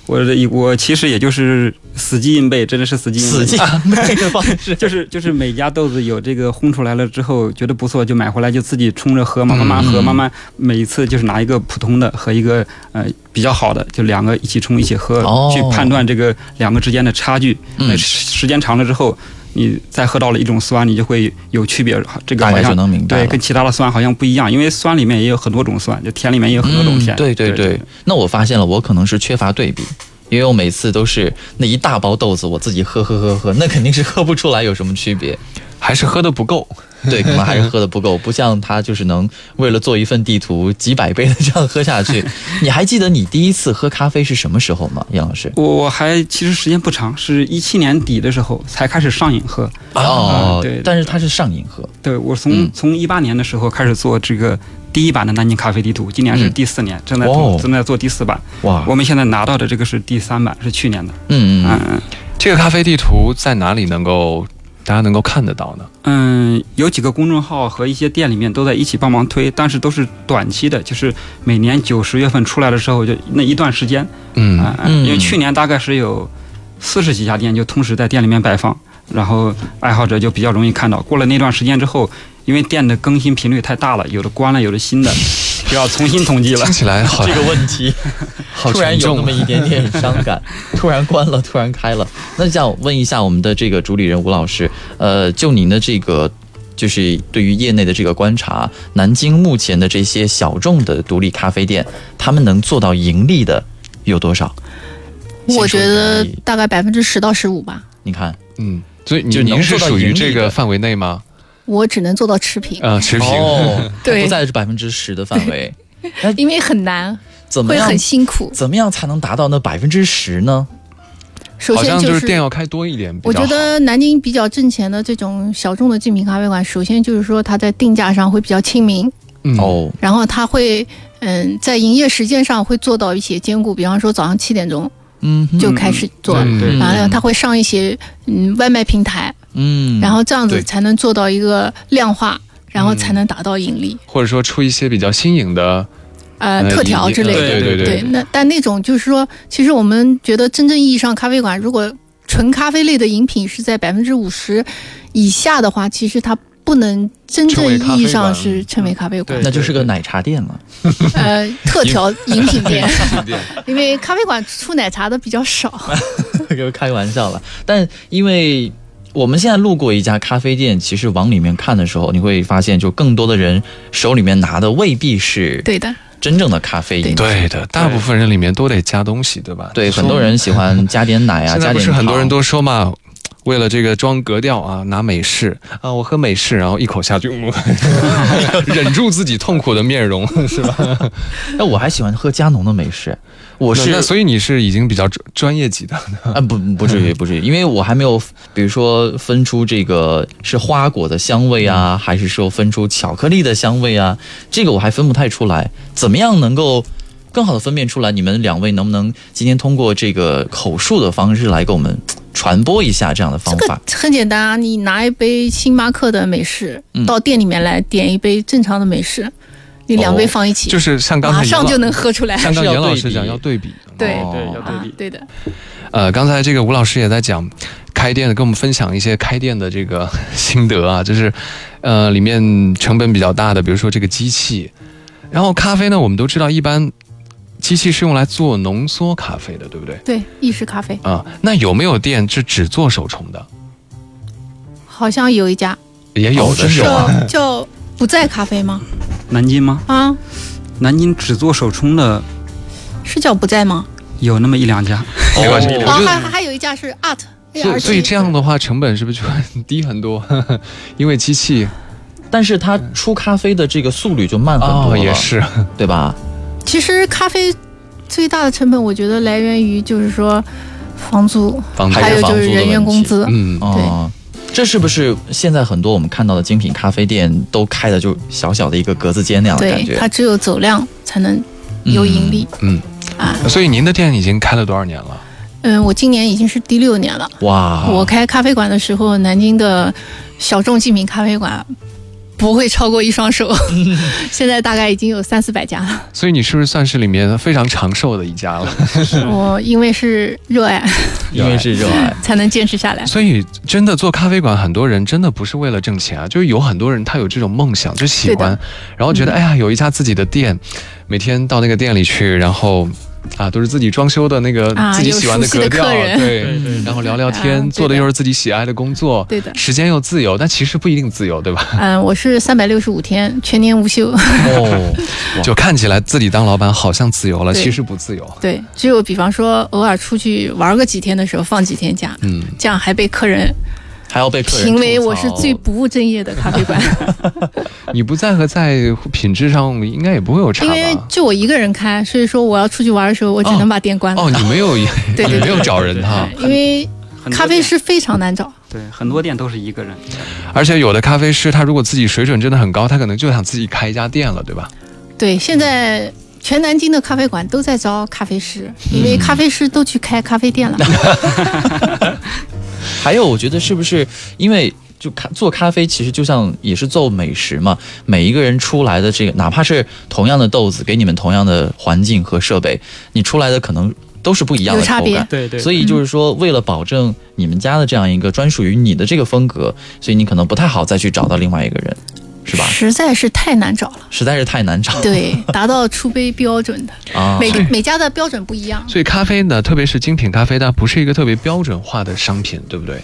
Speaker 5: 我这我其实也就是死记硬背，真的是死记硬
Speaker 2: 死
Speaker 5: 背。
Speaker 2: 记硬背的方式？
Speaker 5: 就是就是每家豆子有这个烘出来了之后，觉得不错就买回来就自己冲着喝嘛，慢慢喝，
Speaker 2: 嗯
Speaker 5: 慢慢每一次就是拿一个普通的和一个呃比较好的，就两个一起冲一起喝，
Speaker 2: 哦
Speaker 5: 去判断这个两个之间的差距。
Speaker 2: 嗯
Speaker 5: 那时时间长了之后，你再喝到了一种酸，你就会有区别，这个
Speaker 2: 大
Speaker 5: 好
Speaker 2: 概就
Speaker 5: 像。
Speaker 2: 能明白
Speaker 5: 对，
Speaker 2: 了
Speaker 5: 跟。其他的酸好像不一样，因为酸里面也有很多种酸，就甜里面也有很多种甜。
Speaker 2: 嗯对对对，那我发现了，我可能是缺乏对比。因为我每次都是那一大包豆子，我自己喝喝喝喝，那肯定是喝不出来有什么区别。
Speaker 3: 还是喝的不够，
Speaker 2: 对，可能还是喝的不够，不像他就是能为了做一份地图几百杯的这样喝下 去。你还记得你第一次喝咖啡是什么时候吗，杨老师？
Speaker 5: 我我还其实时间不长，是一七年底的时候才开始上瘾喝。
Speaker 2: 哦，
Speaker 5: 啊对
Speaker 2: 但是他是上瘾喝，
Speaker 5: 对我从、
Speaker 2: 嗯
Speaker 5: 从一八年的时候开始做这个第一版的南京咖啡地图，今年是第四年，正在做、
Speaker 2: 嗯哦
Speaker 5: 正在做第四版。
Speaker 2: 哇
Speaker 5: 我们现在拿到的这个是第三版，是去年的。
Speaker 2: 嗯嗯，
Speaker 5: 嗯
Speaker 3: 这个咖啡地图在哪里能够大家能够看得到呢？
Speaker 5: 嗯，有几个公众号和一些店里面都在一起帮忙推，但是都是短期的，就是每年九十月份出来的时候就那一段时间
Speaker 3: 嗯，
Speaker 5: 啊、
Speaker 2: 嗯
Speaker 5: 因为去年大概是有四十几家店就同时在店里面摆放，然后爱好者就比较容易看到。过了那段时间之后，因为店的更新频率太大了，有的关了，有的新的，就要重新统计了
Speaker 3: 听。起来好
Speaker 2: 这个问题
Speaker 3: 好
Speaker 2: 突然
Speaker 3: 沉重
Speaker 2: 有那
Speaker 3: 啊
Speaker 2: 么一点点伤感， 突然关了，突然开了。那想问一下我们的这个主理人吴老师，呃，就您的这个。就是对于业内的这个观察，南京目前的这些小众的独立咖啡店，他们能做到盈利的有多少？
Speaker 4: 我觉得
Speaker 2: 先说盈利
Speaker 4: 大概百分之十到十五吧，
Speaker 2: 你看，
Speaker 3: 嗯，所以你
Speaker 2: 就能
Speaker 3: 您是
Speaker 2: 做到
Speaker 3: 属
Speaker 2: 盈
Speaker 3: 于
Speaker 2: 利
Speaker 3: 这
Speaker 2: 的
Speaker 3: 个范围内吗？
Speaker 4: 我只能做到持平，
Speaker 3: 呃，持平。
Speaker 2: 哦，
Speaker 4: 对
Speaker 2: 不在这百分之十的范 围，
Speaker 4: 因为很难，
Speaker 2: 怎么
Speaker 4: 会
Speaker 2: 样
Speaker 4: 很？辛苦。
Speaker 2: 怎么样才能达到那百分之十呢？
Speaker 4: 首
Speaker 3: 好
Speaker 4: 先
Speaker 3: 像
Speaker 4: 就
Speaker 3: 就是店要开多一点比
Speaker 4: 我
Speaker 3: 较
Speaker 4: 觉
Speaker 3: 好。
Speaker 4: 得南京比较挣钱的这种小众的精品咖啡馆，首先就是说它在定价上会比较亲民，
Speaker 3: 嗯，
Speaker 2: 哦，
Speaker 4: 然后它会嗯在营业时间上会做到一些兼顾，比方说早上七点钟
Speaker 2: 嗯哼
Speaker 4: 就开始做，
Speaker 3: 嗯
Speaker 5: 对
Speaker 2: 嗯
Speaker 4: 然后它会上一些嗯外卖平台，
Speaker 2: 嗯，
Speaker 4: 然后这样子
Speaker 3: 对
Speaker 4: 才能做到一个量化，然后
Speaker 3: 嗯
Speaker 4: 才能达到盈利，
Speaker 3: 或者说出一些比较新颖的
Speaker 4: 呃
Speaker 3: 呃
Speaker 4: 特调
Speaker 3: 一
Speaker 4: 之类的。
Speaker 3: 对对
Speaker 5: 对
Speaker 4: 对，那但那种就是说，其实我们觉得真正意义上咖啡馆，如果纯咖啡类的饮品是在百分之五十以下的话，其实它不能真正意义上是称为咖啡馆，
Speaker 2: 那就是个奶茶店 了。
Speaker 4: 呃，特调饮品店，
Speaker 3: 店
Speaker 4: 因为咖啡馆出奶茶的比较少。
Speaker 2: 就开玩笑了。但因为我们现在路过一家咖啡店，其实往里面看的时候，你会发现，就更多的人手里面拿的未必是
Speaker 4: 对的，
Speaker 2: 真正的咖啡因。
Speaker 3: 对的，大部分人里面都得加东西，对吧？
Speaker 2: 对，
Speaker 3: 说
Speaker 2: 很多人喜欢加点奶啊，
Speaker 3: 现
Speaker 2: 加
Speaker 3: 在
Speaker 2: 点
Speaker 3: 不是很多人
Speaker 2: 糖
Speaker 3: 都说嘛，为了这个装格调啊，拿美式啊，我喝美式，然后一口下去， 嗯 忍住自己痛苦的面容，是吧？
Speaker 2: 哎，我还喜欢喝加农的美式，我
Speaker 3: 不
Speaker 2: 是
Speaker 3: 那所以你是已经比较专专业级 的，
Speaker 2: 啊，不不至于，不至于，因为我还没有，比如说分出这个是花果的香味啊，还是说分出巧克力的香味啊，这个我还分不太出来。怎么样能够更好的分辨出来？你们两位能不能今天通过这个口述的方式来给我们传播一下这样的方
Speaker 4: 这
Speaker 2: 法
Speaker 4: 个？很简单啊，你拿一杯星巴克的美式、
Speaker 2: 嗯
Speaker 4: 到店里面来，点一杯正常的美式，你两杯放一起，
Speaker 3: 就是像刚才
Speaker 4: 马
Speaker 3: 严
Speaker 4: 上
Speaker 3: 老
Speaker 4: 就能喝出来。
Speaker 3: 像刚
Speaker 2: 还是要
Speaker 3: 严老
Speaker 2: 对
Speaker 3: 师
Speaker 2: 比
Speaker 3: 讲要 对比，
Speaker 4: 对
Speaker 2: 哦
Speaker 5: 对，要对
Speaker 4: 啊
Speaker 5: 比，。
Speaker 4: 对的，
Speaker 3: 呃，刚才这个吴老师也在讲开店的，跟我们分享一些开店的这个心得啊，就是呃里面成本比较大的，比如说这个机器，然后咖啡呢，我们都知道一般机器是用来做浓缩咖啡的，对不对？
Speaker 4: 对意式咖啡
Speaker 3: 啊、那有没有店是只做手冲的？
Speaker 4: 好像有一家
Speaker 3: 也有
Speaker 2: 哦
Speaker 3: 的
Speaker 2: 真
Speaker 3: 是
Speaker 2: 有
Speaker 3: 吧？
Speaker 2: 啊
Speaker 4: 叫叫不在咖啡吗？
Speaker 5: 南京吗？
Speaker 4: 啊，
Speaker 5: 南京只做手冲的
Speaker 4: 是叫不在吗？
Speaker 5: 有那么一两家，
Speaker 3: 没关系
Speaker 2: 哦
Speaker 3: 我
Speaker 4: 哦，
Speaker 3: 觉得
Speaker 4: 还还有一家是 Art
Speaker 3: 所
Speaker 4: ART，
Speaker 3: 以所以这样的话，成本是不是就很低很多？因为机器
Speaker 2: 但是它出咖啡的这个速率就慢很多了，
Speaker 3: 啊也是，
Speaker 2: 对吧？
Speaker 4: 其实咖啡最大的成本，我觉得来源于就是说房租，
Speaker 3: 房租
Speaker 2: 还
Speaker 4: 还
Speaker 2: 有
Speaker 4: 有就
Speaker 2: 房
Speaker 4: 是
Speaker 2: 租的
Speaker 4: 人员
Speaker 2: 问
Speaker 4: 工
Speaker 2: 题
Speaker 4: 资。
Speaker 3: 嗯，
Speaker 2: 哦，这是不是现在很多我们看到的精品咖啡店都开的就小小的一个格子间那样的感
Speaker 4: 对，
Speaker 2: 觉？
Speaker 4: 它只有走量才能有盈利。
Speaker 3: 嗯
Speaker 4: 啊，
Speaker 3: 所以您的店已经开了多少年了？
Speaker 4: 嗯，我今年已经是第六年了。
Speaker 2: 哇，
Speaker 4: 我开咖啡馆的时候，南京的小众精品咖啡馆不会超过一 双手，现在大概已经有三四百家了。
Speaker 3: 所以你是不是算是里面非常长寿的一家 了？
Speaker 4: 我因为是热爱，
Speaker 2: 因为是热爱。
Speaker 4: 才能坚持下来。
Speaker 3: 所以真的做咖啡馆，很多人真的不是为了挣钱啊，就是有很多人他有这种梦想，就喜
Speaker 4: 对嗯
Speaker 3: 欢，然后觉得、哎呀有一家自己的店，每天到那个店里去，然后。啊，都是自己装修的那个
Speaker 4: 啊
Speaker 3: 自己喜欢
Speaker 4: 有熟悉
Speaker 3: 格
Speaker 4: 的
Speaker 3: 调，
Speaker 4: 客人
Speaker 3: 对
Speaker 5: 对对，
Speaker 3: 然后聊聊
Speaker 4: 啊
Speaker 3: 天，
Speaker 4: 对
Speaker 3: 做的
Speaker 4: 的
Speaker 3: 又是自己喜爱的工作，
Speaker 4: 对的
Speaker 3: 时间又自由，但其实不一定自由，对 吧？
Speaker 4: 嗯，我是三百六十五天全年无休。
Speaker 2: 哦，
Speaker 3: 就看起来自己当老板好像自由了，
Speaker 4: 对
Speaker 3: 其实不自由。
Speaker 4: 对，只有比方说偶尔出去玩个几天的时候放几天假，
Speaker 3: 嗯，
Speaker 4: 这样还被客人
Speaker 2: 还要被客人
Speaker 4: 评为
Speaker 2: 吐槽
Speaker 4: 我是最不务正业的咖啡馆，
Speaker 3: 你不在和在品质上应该也不会有差
Speaker 4: 因为
Speaker 3: 吧？
Speaker 4: 就我一个人开，所以说我要出去玩的时候，我只能把店关了。
Speaker 3: 哦，你没 有，你
Speaker 4: 对对对
Speaker 3: 没有找人哈、
Speaker 4: 对因为
Speaker 5: 很多
Speaker 4: 咖啡
Speaker 5: 店
Speaker 4: 师非常难找，
Speaker 5: 对很多店都是一个人，
Speaker 3: 而且有的咖啡师，他如果自己水准真的很高，他可能就想自己开一家店了，对
Speaker 4: 嗯
Speaker 3: 吧？
Speaker 4: 对，现在全南京的咖啡馆都在招咖啡师，因为咖啡师都去开咖啡店了。
Speaker 2: 还有，我觉得是不是因为就咖做咖啡，其实就像也是做美食嘛。每一个人出来的这个，哪怕是同样的豆子，给你们同样的环境和设备，你出来的可能都是不一样的
Speaker 4: 有差
Speaker 2: 口感
Speaker 4: 别。
Speaker 5: 对对
Speaker 2: 所以就是说，为了保证你们家的这样一个专属于你的这个风格，所以你可能不太好再去找到另外一个人，是吧？
Speaker 4: 实在是太难找 了，
Speaker 2: 实在是太难找
Speaker 4: 对，达到出杯标准的，
Speaker 2: 啊！
Speaker 4: 每每家的标准不一样。
Speaker 3: 所以咖啡呢，特别是精品咖啡，它不是一个特别标准化的商品，对不对？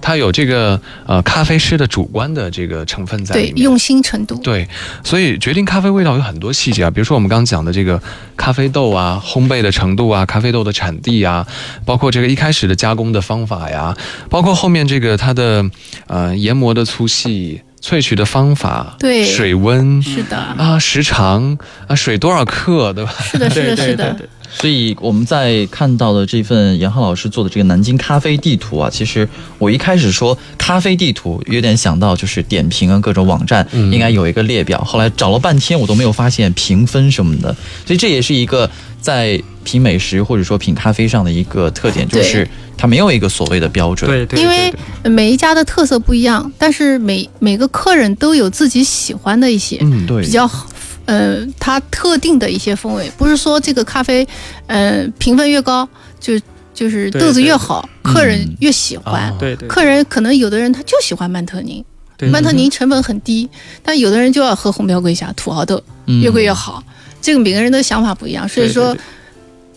Speaker 3: 它有这个呃咖啡师的主观的这个成分在
Speaker 4: 对
Speaker 3: 里，面。
Speaker 4: 用心程度，
Speaker 3: 对，所以决定咖啡味道有很多细节啊，比如说我们刚刚讲的这个咖啡豆啊、烘焙的程度啊、咖啡豆的产地啊，包括这个一开始的加工的方法呀，包括后面这个它的呃研磨的粗细、萃取的方法、
Speaker 4: 对
Speaker 3: 水温
Speaker 4: 是的，
Speaker 5: 嗯
Speaker 3: 啊、时长啊、水多少克，对吧？
Speaker 4: 是的，是的，是的，
Speaker 2: 所以我们在看到的这份杨浩老师做的这个南京咖啡地图啊，其实我一开始说咖啡地图，有点想到就是点评啊各种网站
Speaker 3: 嗯
Speaker 2: 应该有一个列表，后来找了半天我都没有发现评分什么的，所以这也是一个在品美食或者说品咖啡上的一个特点，就
Speaker 4: 对
Speaker 2: 是它没有一个所谓的标准。
Speaker 5: 对对，
Speaker 4: 因为每一家的特色不一样，但是每每个客人都有自己喜欢的一些
Speaker 3: 嗯，
Speaker 2: 对
Speaker 4: 比较好。呃，它特定的一些风味，不是说这个咖啡，呃，评分越高，就就是
Speaker 5: 对
Speaker 4: 豆子
Speaker 5: 对嗯
Speaker 4: 越好，客人越喜欢。
Speaker 3: 啊
Speaker 5: 对对
Speaker 4: 客人可能有的人他就喜欢曼特宁，
Speaker 5: 对
Speaker 4: 曼特宁成本很低，但有的人就要喝红标贵霞、土豪豆，
Speaker 2: 嗯
Speaker 4: 越贵越好。这个每个人的想法不一样，所以说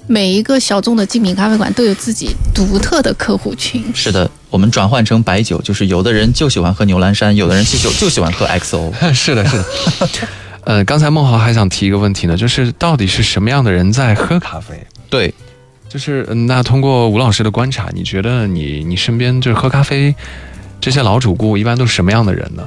Speaker 4: 每一个小众的精品咖啡馆都有自己独特的客户群。
Speaker 2: 是的，我们转换成白酒，就是有的人就喜欢喝牛栏山，有的人就喜就喜欢喝 XO。
Speaker 3: 是的，是 的。呃，刚才孟豪还想提一个问题呢，就是到底是什么样的人在喝咖啡？
Speaker 2: 对，
Speaker 3: 就是嗯那通过吴老师的观察，你觉得你你身边就是喝咖啡这些老主顾一般都是什么样的人呢？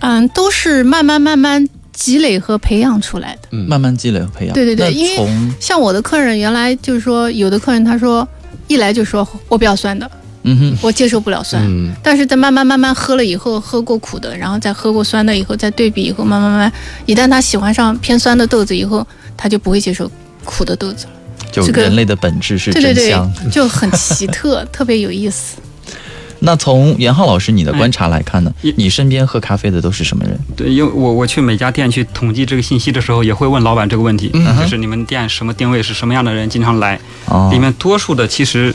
Speaker 4: 嗯，都是慢慢慢慢积累和培养出来的。
Speaker 3: 嗯
Speaker 2: 慢慢积累和培养。
Speaker 4: 对对对因
Speaker 2: 那
Speaker 4: 为
Speaker 2: 从
Speaker 4: 像我的客人，原来就是说，有的客人他说一来就说我不要酸的，
Speaker 2: 嗯哼，
Speaker 4: 我接受不了酸。
Speaker 3: 嗯
Speaker 4: 但是在慢慢慢慢喝了以后，喝过苦的，然后再喝过酸的以后，再对比以后，慢慢慢慢，一旦他喜欢上偏酸的豆子以后，他就不会接受苦的豆子了。
Speaker 2: 就
Speaker 4: 这个
Speaker 2: 人类的本质是
Speaker 4: 对对
Speaker 2: 真
Speaker 4: 对
Speaker 2: 香。，
Speaker 4: 就很奇特，特别有意思。
Speaker 2: 那从严浩老师你的观察来看呢，你身边喝咖啡的都是什么人？
Speaker 5: 对，因为我我去每家店去统计这个信息的时候，也会问老板这个问题，
Speaker 2: 嗯
Speaker 5: 就是你们店什么定位是什么样的人经常来？
Speaker 2: 哦
Speaker 5: 里面多数的其实，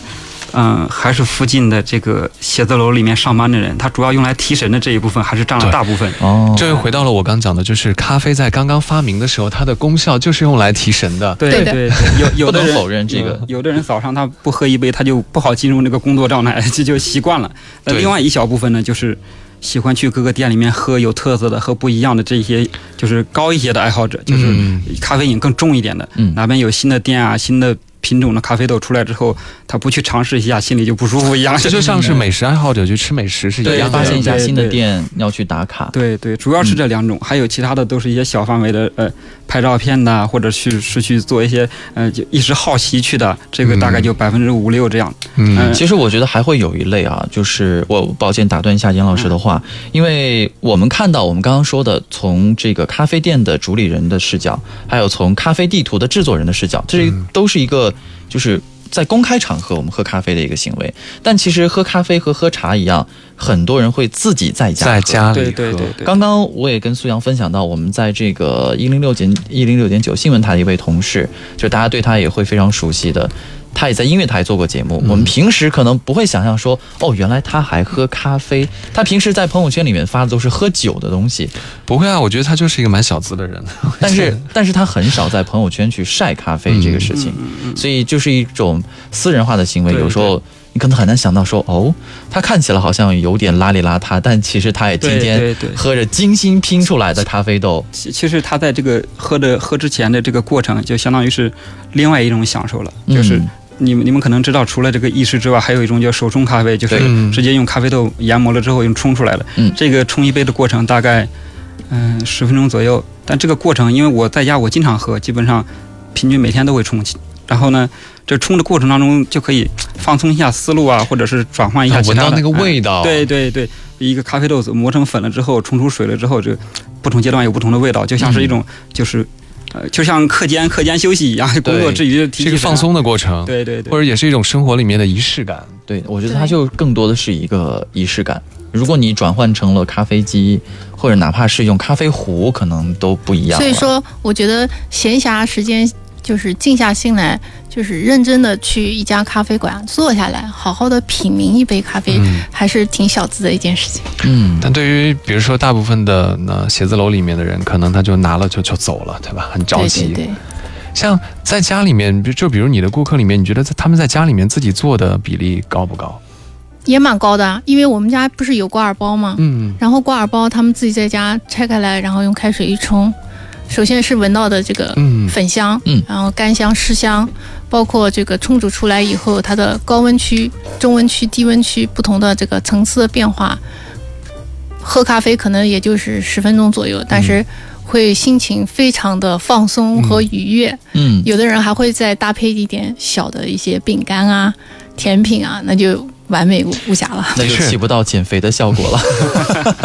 Speaker 5: 嗯、还是附近的这个写字楼里面上班的人，他主要用来提神的这一部分还是占了
Speaker 3: 对
Speaker 5: 大部分。
Speaker 2: 哦，
Speaker 3: 这又回到了我刚讲的，就是咖啡在刚刚发明的时候，它的功效就是用来提神的。
Speaker 5: 对
Speaker 4: 对的
Speaker 5: 对，有有
Speaker 2: 不
Speaker 5: 的
Speaker 2: 能
Speaker 5: 人
Speaker 2: 否认这个
Speaker 5: 有有的人早上他不喝一杯，他就不好进入那个工作状态， 这就习惯了。那
Speaker 3: 对
Speaker 5: 另外一小部分呢，就是喜欢去各个店里面喝有特色的、喝不一样的这些，就是高一些的爱好者，就是
Speaker 3: 嗯
Speaker 5: 咖啡因更重一点的，
Speaker 2: 嗯
Speaker 5: 哪边有新的店啊、新的品种的咖啡豆出来之后，他不去尝试一下，心里就不舒服一样。
Speaker 3: 这就像是美食爱好者去吃美食是一
Speaker 2: 对，
Speaker 3: 样
Speaker 2: 发
Speaker 3: 的
Speaker 2: 现一。家
Speaker 5: 对
Speaker 2: 新的
Speaker 5: 对
Speaker 2: 店要去打卡。
Speaker 5: 对对，主要是这两种，还有其他的都是一些小范围的，呃，拍照片呐，或者去是去做一些，呃，就一时好奇去的，这
Speaker 2: 嗯
Speaker 5: 个大概就百分之五六这样。
Speaker 3: 嗯
Speaker 5: 嗯
Speaker 2: 其实我觉得还会有一类啊，就是我抱歉打断一下严老师的话，因为我们看到我们刚刚说的，从这个咖啡店的主理人的视角，还有从咖啡地图的制作人的视角，这都是一个就是在公开场合我们喝咖啡的一个行为。但其实喝咖啡和喝茶一样，很多人会自己在家
Speaker 3: 在
Speaker 2: 喝
Speaker 3: 家里
Speaker 5: 对
Speaker 3: 喝
Speaker 5: 对对对。
Speaker 2: 刚刚我也跟苏阳分享到，我们在这个一零六点一零六点九新闻台的一位同事，就大家对他也会非常熟悉的，他也在音乐台做过节目。
Speaker 5: 嗯
Speaker 2: 我们平时可能不会想象说，哦，原来他还喝咖啡。他平时在朋友圈里面发的都是喝酒的东 西，
Speaker 3: 不会啊，我觉得他就是一个蛮小资的人。
Speaker 2: 但是但是他很少在朋友圈去晒咖啡这个事
Speaker 5: 嗯
Speaker 2: 情，所以就是一种私人化的行为。
Speaker 5: 对
Speaker 2: 有时候你可能很难想到说，哦，他看起来好像有点邋里邋遢，但其实他也天
Speaker 5: 对
Speaker 2: 天
Speaker 5: 对对
Speaker 2: 喝着精心拼出来的咖啡豆。
Speaker 5: 其其实他在这个喝的喝之前的这个过程，就相当于是另外一种享受了，就是
Speaker 2: 嗯
Speaker 5: 你们你们可能知道，除了这个意式之外，还有一种叫手冲咖啡，就是
Speaker 3: 对
Speaker 5: 直接用咖啡豆研磨了之后用冲出来的。
Speaker 2: 嗯
Speaker 5: 这个冲一杯的过程大概嗯十、0分钟左右，但这个过程因为我在家我经常喝，基本上平均每天都会冲。然后呢，这冲的过程当中就可以放松一下思路啊，或者是转换一下其
Speaker 3: 闻
Speaker 5: 他
Speaker 3: 到
Speaker 5: 的
Speaker 3: 那个
Speaker 5: 哎
Speaker 3: 味道，
Speaker 5: 对对对，一个咖啡豆子磨成粉了之后，冲出水了之后，这不同阶段有不同的味道，就像是一
Speaker 3: 嗯
Speaker 5: 种就是，呃，就像课间课间休息一样，工作之余提
Speaker 3: 是一个
Speaker 5: 提神
Speaker 3: 放
Speaker 5: 啊。
Speaker 3: 松的过程，
Speaker 5: 对对对
Speaker 3: 或，者也是一种生活里面的仪式感。
Speaker 2: 对，我觉得它
Speaker 4: 对
Speaker 2: 就更多的是一个仪式感。如果你转换成了咖啡机，或者哪怕是用咖啡壶，可能都不一样。
Speaker 4: 所以，说，我觉得闲暇时间就是静下心来，就是认真的去一家咖啡馆坐下来，好好的品茗一杯咖啡，
Speaker 3: 嗯
Speaker 4: 还是挺小资的一件事情。
Speaker 2: 嗯，
Speaker 3: 但对于比如说大部分的那写字楼里面的人，可能他就拿了就就走了，对吧？很着急。
Speaker 4: 对对对。
Speaker 3: 像在家里面，比就比如你的顾客里面，你觉得在他们在家里面自己做的比例高不高？
Speaker 4: 也蛮高的啊，因为我们家不是有挂耳包吗？
Speaker 3: 嗯，
Speaker 4: 然后挂耳包他们自己在家拆开来，然后用开水一冲，首先是闻到的这个
Speaker 3: 嗯
Speaker 4: 粉香，
Speaker 2: 嗯
Speaker 4: 然后干香、湿香，包括这个冲煮出来以后它的高温区、中温区、低温区不同的这个层次的变化。喝咖啡可能也就是十分钟左右，但
Speaker 2: 嗯
Speaker 4: 是会心情非常的放松和愉悦。
Speaker 2: 嗯，
Speaker 4: 有的人还会再搭配一点小的一些饼干啊、甜品啊，那就完美无无瑕了。
Speaker 2: 那就是起不到减肥的效果了。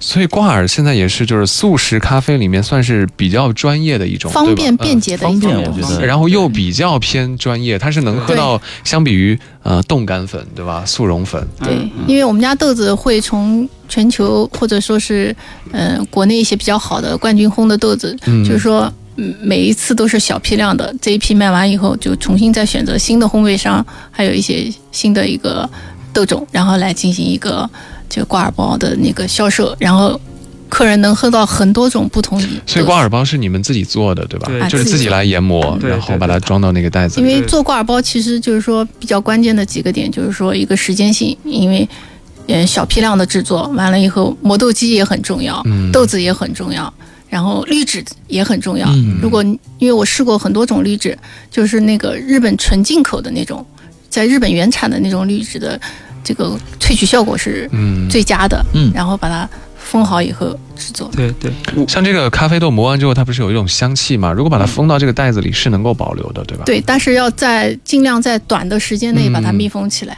Speaker 3: 所以挂耳现在也是就是速食咖啡里面算是比较专业的一种，
Speaker 4: 方便
Speaker 3: 对吧嗯
Speaker 4: 便。捷的一种
Speaker 2: 方便
Speaker 4: 东西。
Speaker 2: 我觉得
Speaker 3: 嗯然后又比较偏专业，它是能喝
Speaker 4: 对
Speaker 3: 到相比于呃冻干粉对吧，速溶粉，
Speaker 4: 对，
Speaker 3: 嗯
Speaker 2: 嗯
Speaker 4: 因为我们家豆子会从全球或者说是，呃，国内一些比较好的冠军烘的豆子，
Speaker 3: 嗯
Speaker 4: 就是说，嗯，每一次都是小批量的，这一批卖完以后，就重新再选择新的烘焙商，还有一些新的一个豆种，然后来进行一个这个挂耳包的那个销售，然后客人能喝到很多种不同的豆子。
Speaker 3: 所以挂耳包是你们自己做的对吧？
Speaker 5: 对
Speaker 3: 就是自己来研磨，
Speaker 5: 对
Speaker 3: 然后
Speaker 5: 对
Speaker 3: 把它装到那个袋子
Speaker 4: 因
Speaker 3: 里。
Speaker 4: 为做挂耳包其实就是说比较关键的几个点，就是说一个时间性，因为呃嗯小批量的制作完了以后，磨豆机也很重要，
Speaker 3: 嗯
Speaker 4: 豆子也很重要。然后滤纸也很重要。
Speaker 3: 嗯
Speaker 4: 如果你因为我试过很多种滤纸，就是那个日本纯进口的那种，在日本原产的那种滤纸的这个萃取效果是
Speaker 3: 嗯，
Speaker 4: 最佳的。
Speaker 2: 嗯
Speaker 4: 然后把它封好以后制作。
Speaker 5: 对对，
Speaker 3: 像这个咖啡豆磨完之后，它不是有一种香气嘛？如果把
Speaker 4: 嗯
Speaker 3: 它封到这个袋子里，是能够保留的，对吧？
Speaker 4: 对，但是要在尽量在短的时间内把它
Speaker 3: 嗯
Speaker 4: 密封起来。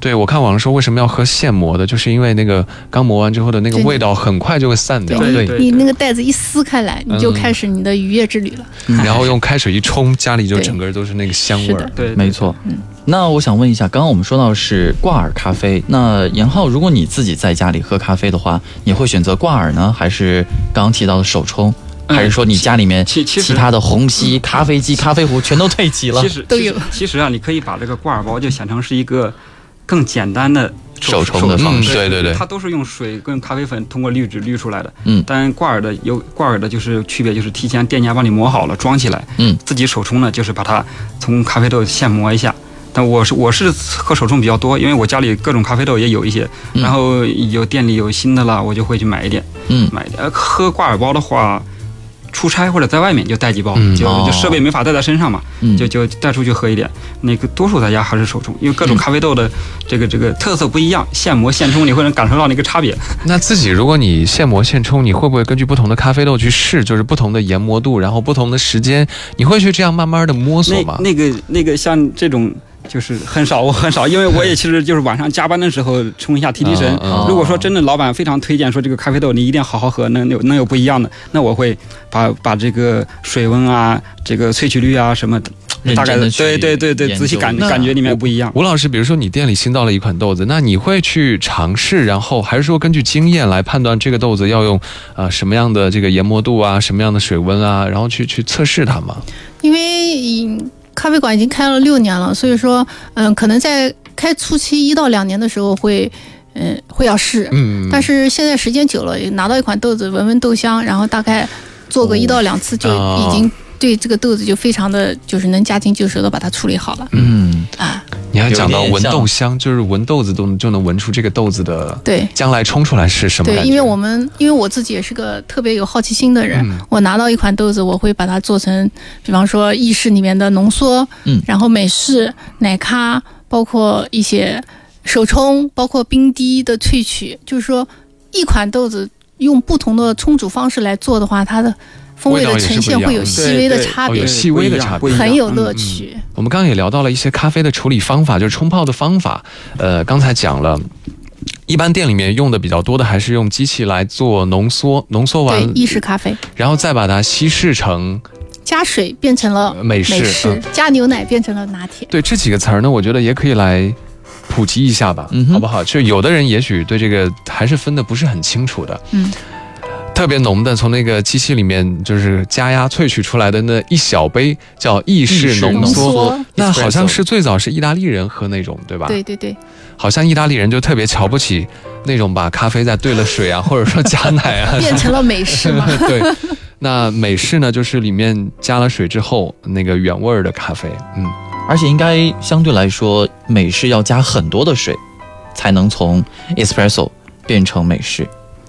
Speaker 3: 对，我看网上说为什么要喝现磨的，就是因为那个刚磨完之后的那个
Speaker 4: 对
Speaker 3: 味道很快就会散掉，
Speaker 5: 对
Speaker 4: 你
Speaker 5: 对，对
Speaker 4: 你那个袋子一撕开来，你
Speaker 3: 嗯
Speaker 4: 就开始你的愉悦之旅了。
Speaker 3: 然后用开水一冲，家里就
Speaker 4: 对
Speaker 3: 整个都是那个香
Speaker 4: 是
Speaker 3: 味
Speaker 4: 的
Speaker 3: 儿。
Speaker 5: 对，
Speaker 2: 没错
Speaker 4: 嗯。
Speaker 2: 那我想问一下，刚刚我们说到是挂耳咖啡，那严浩，如果你自己在家里喝咖啡的话，你会选择挂耳呢，还是刚刚提到的手冲，
Speaker 5: 嗯
Speaker 2: 还是说你家里面
Speaker 5: 其其实
Speaker 2: 其他的虹吸、咖啡机、咖啡壶全都备齐了
Speaker 5: 其？实
Speaker 4: 都有
Speaker 5: 其实其实啊，你可以把这个挂耳包就想成是一个更简单的
Speaker 2: 手冲的方
Speaker 3: 式对对对
Speaker 5: 嗯它都是用水跟咖啡粉通过滤纸滤出来的。
Speaker 2: 嗯
Speaker 5: 但挂耳的有挂耳的就是区别就是提前店家帮你磨好了装起来，
Speaker 2: 嗯，
Speaker 5: 自己手冲呢就是把它从咖啡豆现磨一下。但我是我是喝手冲比较多，因为我家里各种咖啡豆也有一些，
Speaker 2: 嗯
Speaker 5: 然后有店里有新的了，我就会去买一点。
Speaker 2: 嗯，
Speaker 5: 买的。呃喝挂耳包的话，出差或者在外面就带几包，
Speaker 3: 嗯
Speaker 5: 就
Speaker 2: 哦
Speaker 5: 就设备没法带在身上嘛，
Speaker 2: 嗯
Speaker 5: 就就带出去喝一点。那个多数大家还是手冲，因为各种
Speaker 2: 嗯
Speaker 5: 咖啡豆的这个这个特色不一样，现磨现冲你会能感受到那个差别。
Speaker 3: 那自己如果你现磨现冲，你会不会根据不同的咖啡豆去试，就是不同的研磨度，然后不同的时间，你会去这样慢慢的摸索吗
Speaker 5: 那？那个那个像这种。就是很少，我很少，因为我也其实就是晚上加班的时候冲一下提提神
Speaker 3: 嗯嗯。
Speaker 5: 如果说真的老板非常推荐说这个咖啡豆你一定要好好喝，能有能有不一样的，那我会把把这个水温啊、这个萃取率啊什么的
Speaker 2: 认
Speaker 5: 大概
Speaker 2: 真的去
Speaker 5: 对对对对，
Speaker 2: 研
Speaker 5: 仔细
Speaker 2: 究
Speaker 5: 感
Speaker 2: 一下
Speaker 5: 感觉里面不一样。
Speaker 3: 吴老师，比如说你店里新到了一款豆子，那你会去尝试，然后还是说根据经验来判断这个豆子要用啊、呃什么样的这个研磨度啊，什么样的水温啊，然后去去测试它吗？
Speaker 4: 因为嗯咖啡馆已经开了六年了，所以说，嗯，可能在开初期一到两年的时候会，嗯，会要试。
Speaker 3: 嗯，
Speaker 4: 但是现在时间久了，拿到一款豆子闻闻豆香，然后大概做个一到两次，就
Speaker 3: 哦
Speaker 4: 已经对这个豆子就非常的就是能夹紧就手的把它处理好了
Speaker 2: 嗯，
Speaker 4: 啊。
Speaker 3: 你还讲到
Speaker 2: 有一
Speaker 3: 闻
Speaker 2: 点像
Speaker 3: 豆香，就是闻豆子都能就能闻出这个豆子的
Speaker 4: 对
Speaker 3: 将来冲出来是什么
Speaker 4: 对
Speaker 3: 感，觉？
Speaker 4: 因为我们因为我自己也是个特别有好奇心的人，
Speaker 3: 嗯
Speaker 4: 我拿到一款豆子，我会把它做成，比方说意式里面的浓缩，
Speaker 2: 嗯
Speaker 4: 然后美式、奶咖，包括一些手冲，包括冰滴的萃取，就是说一款豆子用不同的冲煮方式来做的话，它的风味
Speaker 3: 味道
Speaker 4: 的
Speaker 3: 也是
Speaker 4: 呈现
Speaker 3: 不一样
Speaker 4: 会有
Speaker 3: 的
Speaker 4: 细微的差
Speaker 3: 哦
Speaker 4: 别
Speaker 3: 有，细微的差别
Speaker 5: 不一样
Speaker 4: 很有
Speaker 5: 嗯
Speaker 4: 乐趣。
Speaker 3: 我们刚刚也聊到了一些咖啡的处理方法，就是冲泡的方法。呃，刚才讲了。一般店里面用的比较多的还是用机器来做浓缩，浓缩
Speaker 4: 对
Speaker 3: 完，
Speaker 4: 意式咖啡
Speaker 3: 然后再把它稀释成
Speaker 4: 加水变成了
Speaker 3: 呃美式。
Speaker 4: 美
Speaker 3: 嗯
Speaker 4: 式，加牛奶变成了拿铁。
Speaker 3: 对这几个词儿呢，我觉得也可以来普及一下吧，
Speaker 2: 嗯哼
Speaker 3: 好不好？就有的人也许对这个还是分的不是很清楚的，
Speaker 4: 嗯，
Speaker 3: 特别浓的从那个机器里面就是加压萃取出来的那一小杯叫意式浓
Speaker 4: 浓
Speaker 3: 缩。
Speaker 4: 缩
Speaker 3: 那好像是最早是意大利人喝那种，对吧？
Speaker 4: 对，对对，
Speaker 3: 好像意大利人就特别瞧不起那种把咖啡再兑了水啊，或者说加奶啊，
Speaker 4: 变成了美式嘛。
Speaker 3: 对。那美式呢，就是里面加了水之后那个原味儿的咖啡，嗯，
Speaker 2: 而且应该相对来说，美式要加很多的水，才能从 espresso 变成美式。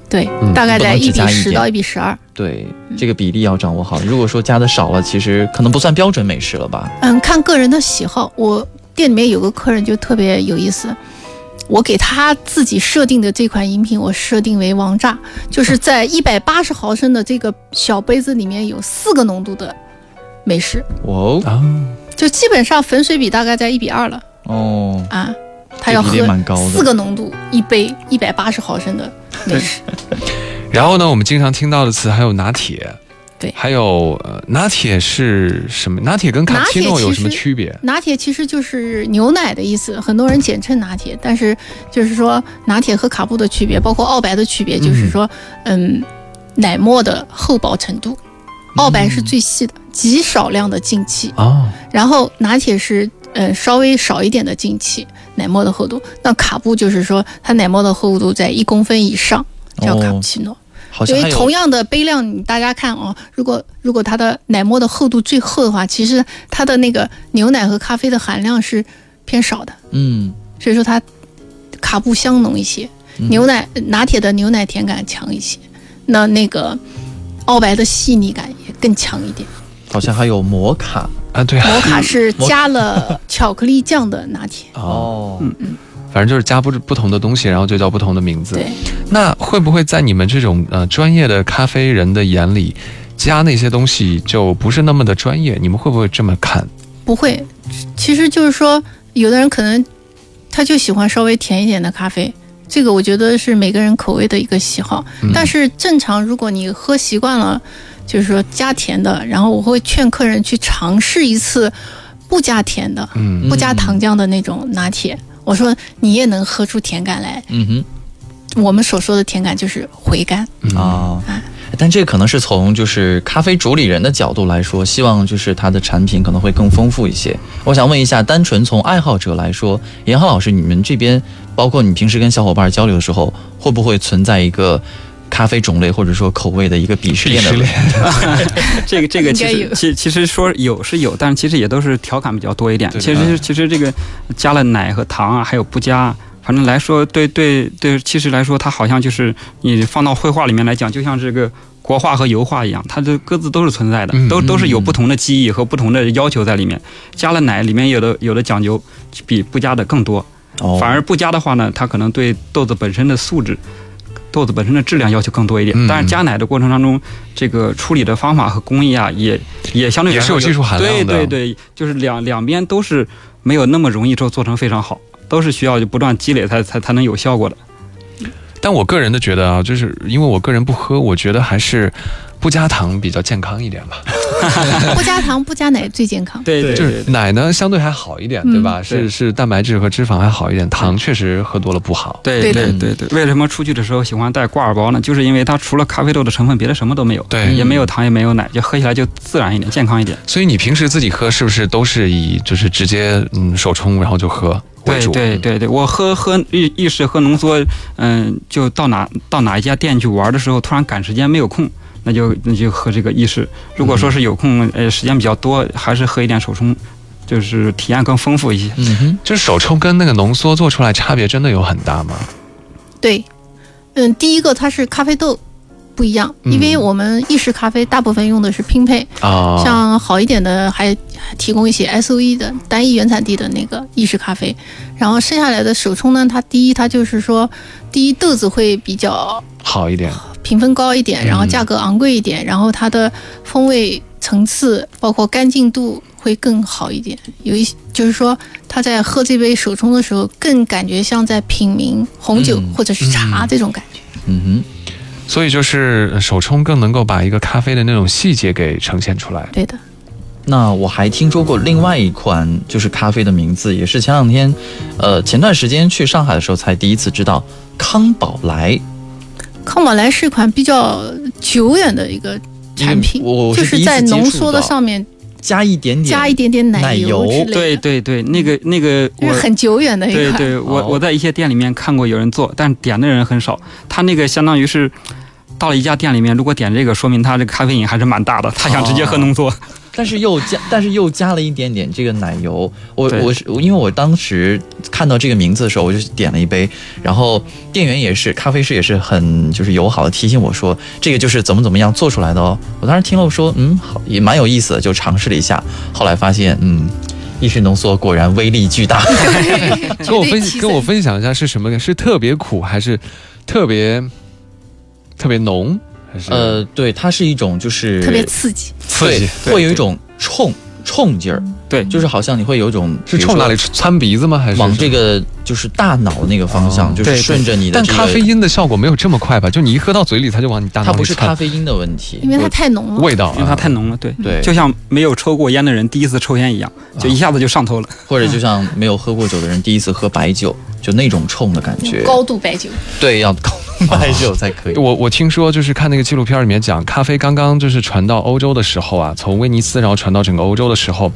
Speaker 4: 对，
Speaker 3: 嗯
Speaker 4: 大概
Speaker 2: 不能
Speaker 4: 在
Speaker 2: 只
Speaker 4: 一比
Speaker 2: 加一
Speaker 4: 十
Speaker 2: 点
Speaker 4: 到一比十二。
Speaker 2: 对，
Speaker 4: 嗯
Speaker 2: 这个比例要掌握好。如果说加的少了，其实可能不算标准美式了吧？
Speaker 4: 嗯，看个人的喜好。我店里面有个客人就特别有意思，我给他自己设定的这款饮品，我设定为王炸，就是在一百八十毫升的这个小杯子里面有四个浓度的美式，
Speaker 2: 哇哦
Speaker 3: 啊，
Speaker 4: 就基本上粉水比大概在一比二了
Speaker 2: 哦，
Speaker 4: 啊。他要
Speaker 2: 这
Speaker 4: 喝
Speaker 2: 比例蛮高的
Speaker 4: 四个浓度一杯一百八十毫升的美式，
Speaker 3: 然后呢，我们经常听到的词还有拿铁，
Speaker 4: 对
Speaker 3: 还有呃，拿铁是什么？拿铁跟卡奇诺有什么区别？
Speaker 4: 拿铁其实就是牛奶的意思，很多人简称拿铁，但是就是说拿铁和卡布的区别，包括澳白的区别，就是说，嗯，奶沫的厚薄程度，澳白是最细的，极少量的进气，
Speaker 3: 哦，
Speaker 4: 然后拿铁是呃稍微少一点的进气，奶沫的厚度，那卡布就是说它奶沫的厚度在一公分以上，叫卡布奇诺。
Speaker 2: 好像
Speaker 4: 因
Speaker 2: 还
Speaker 4: 为
Speaker 2: 有
Speaker 4: 同样的杯量，你大家看哦，如果如果它的奶沫的厚度最厚的话，其实它的那个牛奶和咖啡的含量是偏少的，
Speaker 2: 嗯，
Speaker 4: 所以说它卡布香浓一些，
Speaker 2: 嗯
Speaker 4: 牛奶拿铁的牛奶甜感强一些。那那个澳白的细腻感也更强一 点。
Speaker 2: 好像还有摩卡
Speaker 3: 啊，对啊，
Speaker 4: 摩卡是加了巧克力酱的 拿铁，
Speaker 2: 哦，
Speaker 3: 反正就是加不不同的东西，然后就叫不同的名字。
Speaker 4: 对，
Speaker 3: 那会不会在你们这种呃专业的咖啡人的眼里，加那些东西就不是那么的专业？你们会不会这么看？
Speaker 4: 不会。其实就是说，有的人可能他就喜欢稍微甜一点的咖啡，这个我觉得是每个人口味的一个喜好。
Speaker 3: 嗯
Speaker 4: 但是正常，如果你喝习惯了，就是说加甜的，然后我会劝客人去尝试一次不加甜的、
Speaker 3: 嗯，
Speaker 4: 不加糖浆的那种拿铁。我说你也能喝出甜感来，
Speaker 2: 嗯
Speaker 4: 我们所说的甜感就是回 甘。
Speaker 2: 哼啊。但这可能是从就是咖啡主理人的角度来说，希望就是它的产品可能会更丰富一些。我想问一下，单纯从爱好者来说，严浩老师，你们这边包括你平时跟小伙伴交流的时候，会不会存在一个咖啡种类或者说口味的一个鄙视链的问题？
Speaker 5: 这个这个其
Speaker 4: 应该
Speaker 5: 实
Speaker 4: 有
Speaker 5: 其其实说有是有，但是其实也都是调侃比较多一点。
Speaker 3: 对
Speaker 5: 其实嗯其实这个加了奶和糖啊，还有不加。反正来说，对对对，其实来说，它好像就是你放到绘画里面来讲，就像这个国画和油画一样，它的各自都是存在的，
Speaker 3: 嗯
Speaker 5: 都都是有不同的技艺和不同的要求在里面。加了奶，里面有的有的讲究比不加的更多，
Speaker 2: 哦
Speaker 5: 反而不加的话呢，它可能对豆子本身的素质、豆子本身的质量要求更多一
Speaker 3: 嗯
Speaker 5: 点。但是加奶的过程当中，这个处理的方法和工艺啊，也也相对
Speaker 3: 也是有
Speaker 5: 来说
Speaker 3: 技术含量的
Speaker 5: 对对对，就是两两边都是没有那么容易做做成非常好，都是需要就不断积累才才才能有效果的。
Speaker 3: 但我个人的觉得啊，就是因为我个人不喝，我觉得还是不加糖比较健康一点吧。
Speaker 4: 不加糖、不加奶最健康。
Speaker 5: 对对
Speaker 3: 就是奶呢相对还好一点，
Speaker 4: 嗯
Speaker 3: 对吧？
Speaker 5: 对
Speaker 3: 是是蛋白质和脂肪还好一点，糖确实喝多了不好。
Speaker 5: 对
Speaker 4: 对
Speaker 5: 对
Speaker 4: 的
Speaker 5: 对对，为什么出去的时候喜欢带挂耳包呢？就是因为它除了咖啡豆的成分，别的什么都没有，
Speaker 3: 对
Speaker 5: 也没有糖，也没有奶，就喝起来就自然一点，健康一点。
Speaker 3: 所以你平时自己喝是不是都是以就是直接嗯手冲然后就喝为
Speaker 5: 对
Speaker 3: 主？嗯
Speaker 5: 对对对，我喝喝意意式喝浓缩，嗯、就到哪到哪一家店去玩的时候，突然赶时间没有空，那就那就喝这个意式。如
Speaker 3: 嗯
Speaker 5: 果说是有空，呃，时间比较多，还是喝一点手冲，就是体验更丰富一些。
Speaker 2: 嗯哼，
Speaker 3: 就是手冲跟那个浓缩做出来差别真的有很大吗？
Speaker 4: 对，嗯，第一个它是咖啡豆不一样，因为
Speaker 3: 嗯
Speaker 4: 我们意式咖啡大部分用的是拼配，
Speaker 3: 啊，
Speaker 4: 像好一点的还还提供一些 SOE 的单一原产地的那个意式咖啡，然后剩下来的手冲呢，它第一它就是说，第一豆子会比较
Speaker 3: 好一点，
Speaker 4: 评分高一点，然后
Speaker 3: 嗯
Speaker 4: 价格昂贵一点，然后它的风味层次包括干净度会更好一点。有一些就是说，他在喝这杯手冲的时候，更感觉像在品茗红酒
Speaker 2: 嗯
Speaker 4: 或者是茶这种感觉。
Speaker 2: 嗯哼。
Speaker 3: 所以就是呃手冲更能够把一个咖啡的那种细节给呈现出来。
Speaker 4: 对的，
Speaker 2: 那我还听说过另外一款就是咖啡的名字，也是前两天，呃，前段时间去上海的时候才第一次知道康宝莱
Speaker 4: 康宝莱是一款比较久远的一个产品，
Speaker 2: 因为我我是
Speaker 4: 就是
Speaker 2: 第一次
Speaker 4: 在
Speaker 2: 接触
Speaker 4: 浓缩的
Speaker 2: 到
Speaker 4: 上面
Speaker 2: 加一点点，
Speaker 4: 加一点点奶油
Speaker 2: 奶油
Speaker 4: 之类的，
Speaker 5: 对对对，那个那个
Speaker 4: 就
Speaker 5: 我
Speaker 4: 是。很久远的一
Speaker 5: 对
Speaker 4: 款。
Speaker 5: 对，我
Speaker 2: 哦
Speaker 5: 我在一些店里面看过有人做，但点的人很少。他那个相当于是到了一家店里面，如果点这个，说明他这个咖啡瘾还是蛮大的，他想直接
Speaker 3: 哦
Speaker 5: 喝浓缩。
Speaker 2: 但是又加，但是又加了一点点这个奶油。我
Speaker 5: 对
Speaker 2: 我是因为我当时看到这个名字的时候，我就点了一杯，然后店员也是，咖啡师也是很就是友好的提醒我说，这个就是怎么怎么样做出来的哦。我当时听了我说，嗯，好，也蛮有意思的，就尝试了一下。后来发现，嗯，意式浓缩果然威力巨大。
Speaker 4: 对
Speaker 3: 跟我分跟我分享一下是什么？是特别苦还是特别特别浓？还是
Speaker 2: 呃，对，它是一种就是
Speaker 4: 特别刺激，
Speaker 3: 刺激
Speaker 2: 对会有一种冲冲劲儿，
Speaker 5: 对，
Speaker 2: 就是好像你会有一种
Speaker 3: 是
Speaker 2: 比如说
Speaker 3: 冲哪里？窜鼻子吗？还是
Speaker 2: 往
Speaker 3: 什么
Speaker 2: 这个就是大脑那个方向，
Speaker 3: 哦
Speaker 2: 就是
Speaker 5: 对对
Speaker 2: 顺着你的、
Speaker 3: 但
Speaker 2: 这个。
Speaker 3: 咖啡因的效果没有这么快吧？就你一喝到嘴里，它就往你大脑
Speaker 2: 它
Speaker 3: 里
Speaker 2: 不是咖
Speaker 3: 窜，
Speaker 2: 啡因的问题，
Speaker 4: 因为它太浓了。
Speaker 3: 味道啊，
Speaker 5: 因为它太浓了，对
Speaker 2: 对
Speaker 5: 就像没有抽过烟的人第一次抽烟一样，就一下子就上头了。
Speaker 2: 或者就像没有喝过酒的人第一次喝白酒，就那种冲的感觉。
Speaker 4: 高度白酒，
Speaker 2: 对，要高 哦白酒才可以。
Speaker 3: 我我听说，就是看那个纪录片里面讲，咖啡刚刚就是传到欧洲的时候啊，从威尼斯然后传到整个欧洲的时候，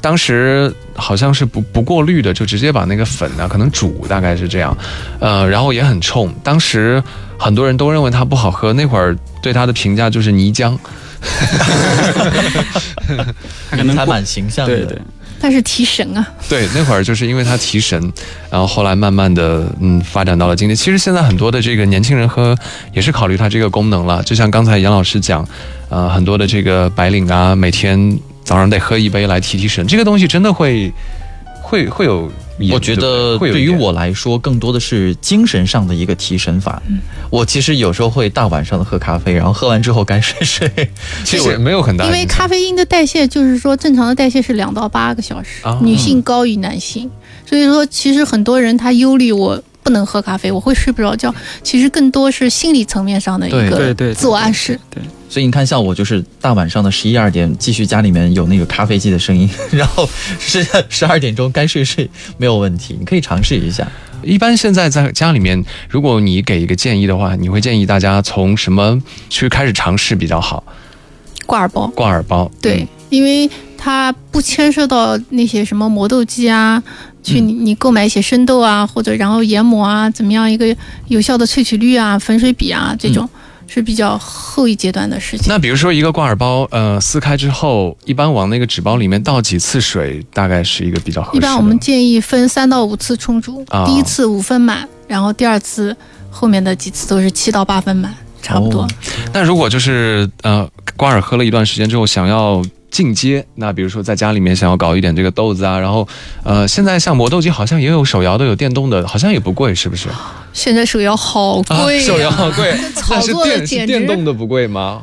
Speaker 3: 当时好像是不不过滤的，就直接把那个粉啊可能煮，大概是这样，呃，然后也很冲。当时很多人都认为它不好喝，那会儿对它的评价就是泥浆。
Speaker 5: 它可能
Speaker 2: 还
Speaker 5: 过
Speaker 2: 蛮形象的。
Speaker 5: 对对，
Speaker 4: 但是提神啊，
Speaker 3: 对，那会儿就是因为它提神，然后后来慢慢的，嗯，发展到了今天。其实现在很多的这个年轻人喝也是考虑它这个功能了，就像刚才杨老师讲，呃，很多的这个白领啊，每天早上得喝一杯来提提神，这个东西真的会会会有瘾。
Speaker 2: 我觉
Speaker 3: 对
Speaker 2: 得
Speaker 3: 不会有
Speaker 2: 对于
Speaker 3: 瘾
Speaker 2: 我来说，更多的是精神上的一个提神法。
Speaker 4: 嗯
Speaker 2: 我其实有时候会大晚上的喝咖啡，然后喝完之后该睡睡。
Speaker 3: 其实没有很大
Speaker 4: 因
Speaker 3: 的
Speaker 4: 为
Speaker 3: 影响，
Speaker 4: 咖啡因的代谢就是说正常的代谢是两到八个小时，
Speaker 3: 啊
Speaker 4: 女性高于男性，所以说其实很多人他忧虑我。不能喝咖啡，我会睡不着觉。其实更多是心理层面上的一
Speaker 2: 对
Speaker 5: 对
Speaker 4: 个
Speaker 5: 对，
Speaker 4: 自我暗示。
Speaker 2: 所以你看，像我就是大晚上的十一二点，继续家里面有那个咖啡机的声音， 然后是十二点钟该睡睡没有问题，你可以尝试一下。
Speaker 3: 一般现在在家里面，如果你给一个建议的话，你会建议大家从什么去开始尝试比较好？
Speaker 4: 挂耳包，
Speaker 3: 挂耳包，
Speaker 4: 对，因为它不牵涉到那些什么磨豆机啊，
Speaker 3: 嗯
Speaker 4: 去你你购买一些生豆啊，或者然后研磨啊，怎么样一个有效的萃取率啊、粉水比啊这种，是比较后一阶段的事情。
Speaker 3: 嗯那比如说一个挂耳包，呃，撕开之后，一般往那个纸包里面倒几次水，大概是一个比较合适
Speaker 4: 一
Speaker 3: 的。
Speaker 4: 般我们建议分三到五次冲煮，
Speaker 3: 啊
Speaker 4: 第一次五分满，然后第二次后面的几次都是七到八分满，差不多。
Speaker 2: 哦
Speaker 3: 那如果就是呃，瓜尔喝了一段时间之后，想要进阶，那比如说在家里面想要搞一点这个豆子啊，然后呃，现在像磨豆机好像也有手摇的，有电动的，好像也不贵，是 不是？啊
Speaker 4: 现在手摇好贵、
Speaker 3: 手 摇好贵，
Speaker 4: 炒
Speaker 3: 但是
Speaker 4: 作的
Speaker 3: 电是
Speaker 4: 简
Speaker 3: 电动
Speaker 4: 直。
Speaker 3: 的不贵吗？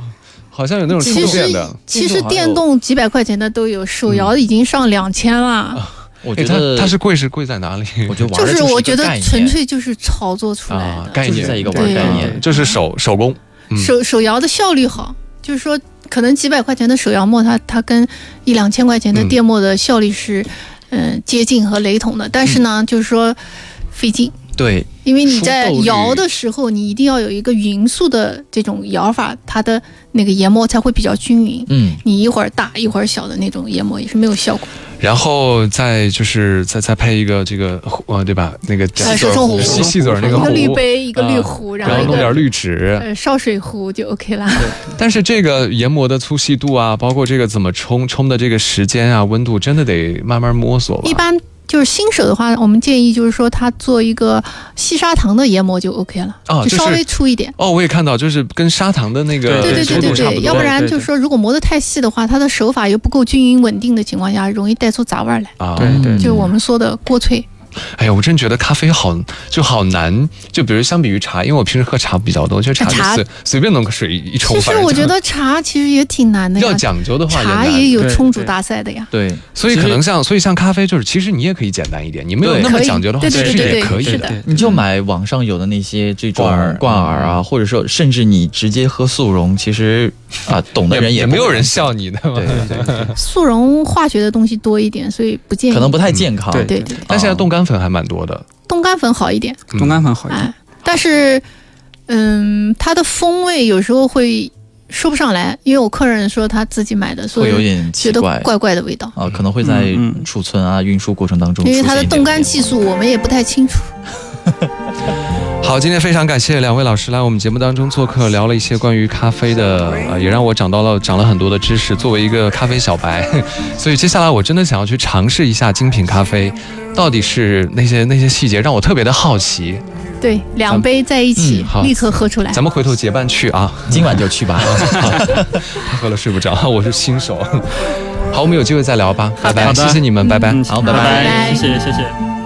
Speaker 3: 好像有那种
Speaker 4: 其
Speaker 3: 充电
Speaker 4: 实
Speaker 3: 的。嗯
Speaker 4: 其
Speaker 2: 电
Speaker 4: 实
Speaker 2: 动好像
Speaker 4: 电
Speaker 2: 有
Speaker 4: 动几百块钱的都有，手摇已经上两千了。
Speaker 2: 我
Speaker 3: 哎，
Speaker 2: 觉
Speaker 3: 它
Speaker 2: 得，
Speaker 3: 它是贵是贵在哪里？
Speaker 2: 我觉得玩
Speaker 4: 就
Speaker 2: 的
Speaker 4: 是
Speaker 2: 一
Speaker 4: 我
Speaker 2: 个
Speaker 4: 觉得
Speaker 2: 概念
Speaker 4: 纯粹就是炒作出来
Speaker 3: 啊
Speaker 4: 的，，
Speaker 3: 概
Speaker 2: 就是
Speaker 3: 念
Speaker 2: 在一个
Speaker 4: 玩概
Speaker 2: 念
Speaker 3: 啊 就是手手工。嗯
Speaker 4: 手手摇的效率好，就是说可能几百块钱的手摇磨，它它跟一两千块钱的
Speaker 3: 嗯
Speaker 4: 电磨的效率是嗯、接近和雷同的，但是
Speaker 3: 嗯
Speaker 4: 呢，就是说费劲。
Speaker 2: 对
Speaker 4: 因为你在
Speaker 2: 熟透率
Speaker 4: 摇的时候，你一定要有一个匀速的这种摇法，它的那个研磨才会比较均匀。
Speaker 2: 嗯，
Speaker 4: 你一会儿大一会儿小的那种研磨也是没有效果。
Speaker 3: 然后再就是再再配一个这个呃，对吧？那个
Speaker 4: 呃手冲壶
Speaker 3: 细细嘴儿那个
Speaker 4: 一
Speaker 3: 壶
Speaker 4: 个，滤杯，一个
Speaker 3: 啊
Speaker 4: 滤壶，然
Speaker 3: 然后
Speaker 4: 后一
Speaker 3: 弄点
Speaker 4: 个
Speaker 3: 绿植。
Speaker 4: 呃烧水壶就 OK 啦。
Speaker 3: 但是这个研磨的粗细度啊，包括这个怎么冲冲的这个时间啊、温度，真的得慢慢摸索吧。
Speaker 4: 一般就是新手的话，我们建议就是说他做一个细砂糖的研磨就 OK 了，
Speaker 3: 啊，就
Speaker 4: 稍微
Speaker 3: 是
Speaker 4: 粗一点。
Speaker 3: 哦，我也看到，就是跟砂糖的那个
Speaker 4: 对
Speaker 5: 对
Speaker 4: 对
Speaker 3: 粗
Speaker 4: 对
Speaker 3: 度差不
Speaker 4: 对，要
Speaker 3: 多
Speaker 4: 不然
Speaker 5: 对对
Speaker 4: 就是说，如果磨得太细的话，它的手法又不够均匀稳定的情况下，容易带出杂味儿来，
Speaker 3: 啊。
Speaker 5: 对对
Speaker 2: 嗯
Speaker 4: 就是我们说的锅脆。
Speaker 3: 哎呀，我真觉得咖啡好就好难，就比如相比于茶，因为我平时喝茶比较多，就茶就
Speaker 4: 茶
Speaker 3: 随随便弄个水一冲，
Speaker 4: 其实
Speaker 3: 反正
Speaker 4: 我
Speaker 3: 就
Speaker 4: 觉得茶其实也挺难的
Speaker 3: 要
Speaker 4: 呀，
Speaker 3: 讲究的话
Speaker 4: 茶
Speaker 3: 也难
Speaker 4: 也有
Speaker 5: 对
Speaker 4: 冲煮
Speaker 5: 对
Speaker 4: 大赛的呀。
Speaker 2: 对，
Speaker 3: 所以
Speaker 2: 其实
Speaker 3: 可能像，所以像咖啡，就是其实你也可以简单一点，你没有
Speaker 2: 对
Speaker 3: 那么讲究的话，
Speaker 4: 可以
Speaker 3: 其
Speaker 4: 对
Speaker 3: 实
Speaker 4: 对
Speaker 3: 也
Speaker 4: 对
Speaker 3: 可以
Speaker 4: 是
Speaker 3: 的。
Speaker 5: 对
Speaker 2: 你就买网上有的那些这种
Speaker 3: 挂耳
Speaker 2: 挂耳啊，或者说甚至你直接喝速溶，其实啊，懂的人
Speaker 3: 也
Speaker 2: 不
Speaker 3: 没有
Speaker 2: 会
Speaker 3: 人笑你的嘛
Speaker 2: 对。对对，
Speaker 4: 速溶化学的东西多一点，所以不建议。
Speaker 2: 可能不太健康。
Speaker 5: 对
Speaker 4: 嗯对对，对
Speaker 3: 但现在冻干粉还蛮多的，
Speaker 4: 冻干粉好一点。
Speaker 3: 嗯
Speaker 5: 冻干粉好一点。
Speaker 4: 哎，但是，嗯，它的风味有时候会说不上来，因为我客人说他自己买的，所
Speaker 2: 会有
Speaker 4: 以
Speaker 2: 点
Speaker 4: 觉
Speaker 2: 奇
Speaker 4: 得
Speaker 2: 怪
Speaker 4: 怪怪的味道。
Speaker 2: 啊，可能会在
Speaker 5: 嗯嗯
Speaker 2: 储存啊、运输过程当中出
Speaker 4: 因
Speaker 2: 现一点
Speaker 4: 为它
Speaker 2: 点，
Speaker 4: 的冻干技术我们也不太清楚。
Speaker 3: 好，今天非常感谢两位老师来我们节目当中做客，聊了一些关于咖啡的，呃，也让我长到了长了很多的知识。作为一个咖啡小白， 所以接下来我真的想要去尝试一下精品咖啡，到底是那些那些细节让我特别的好奇。
Speaker 4: 对，两杯在一起
Speaker 3: 嗯，好
Speaker 4: 立刻喝出来
Speaker 3: 咱。们回头结伴去啊，
Speaker 2: 今晚就去吧。
Speaker 3: 他喝了睡不着，啊我是新 手。好，我们有机会再聊吧，拜拜，
Speaker 5: 好的
Speaker 3: 谢谢你们，拜拜。
Speaker 5: 嗯
Speaker 2: 好拜
Speaker 5: 拜
Speaker 4: 拜
Speaker 5: 谢谢谢谢。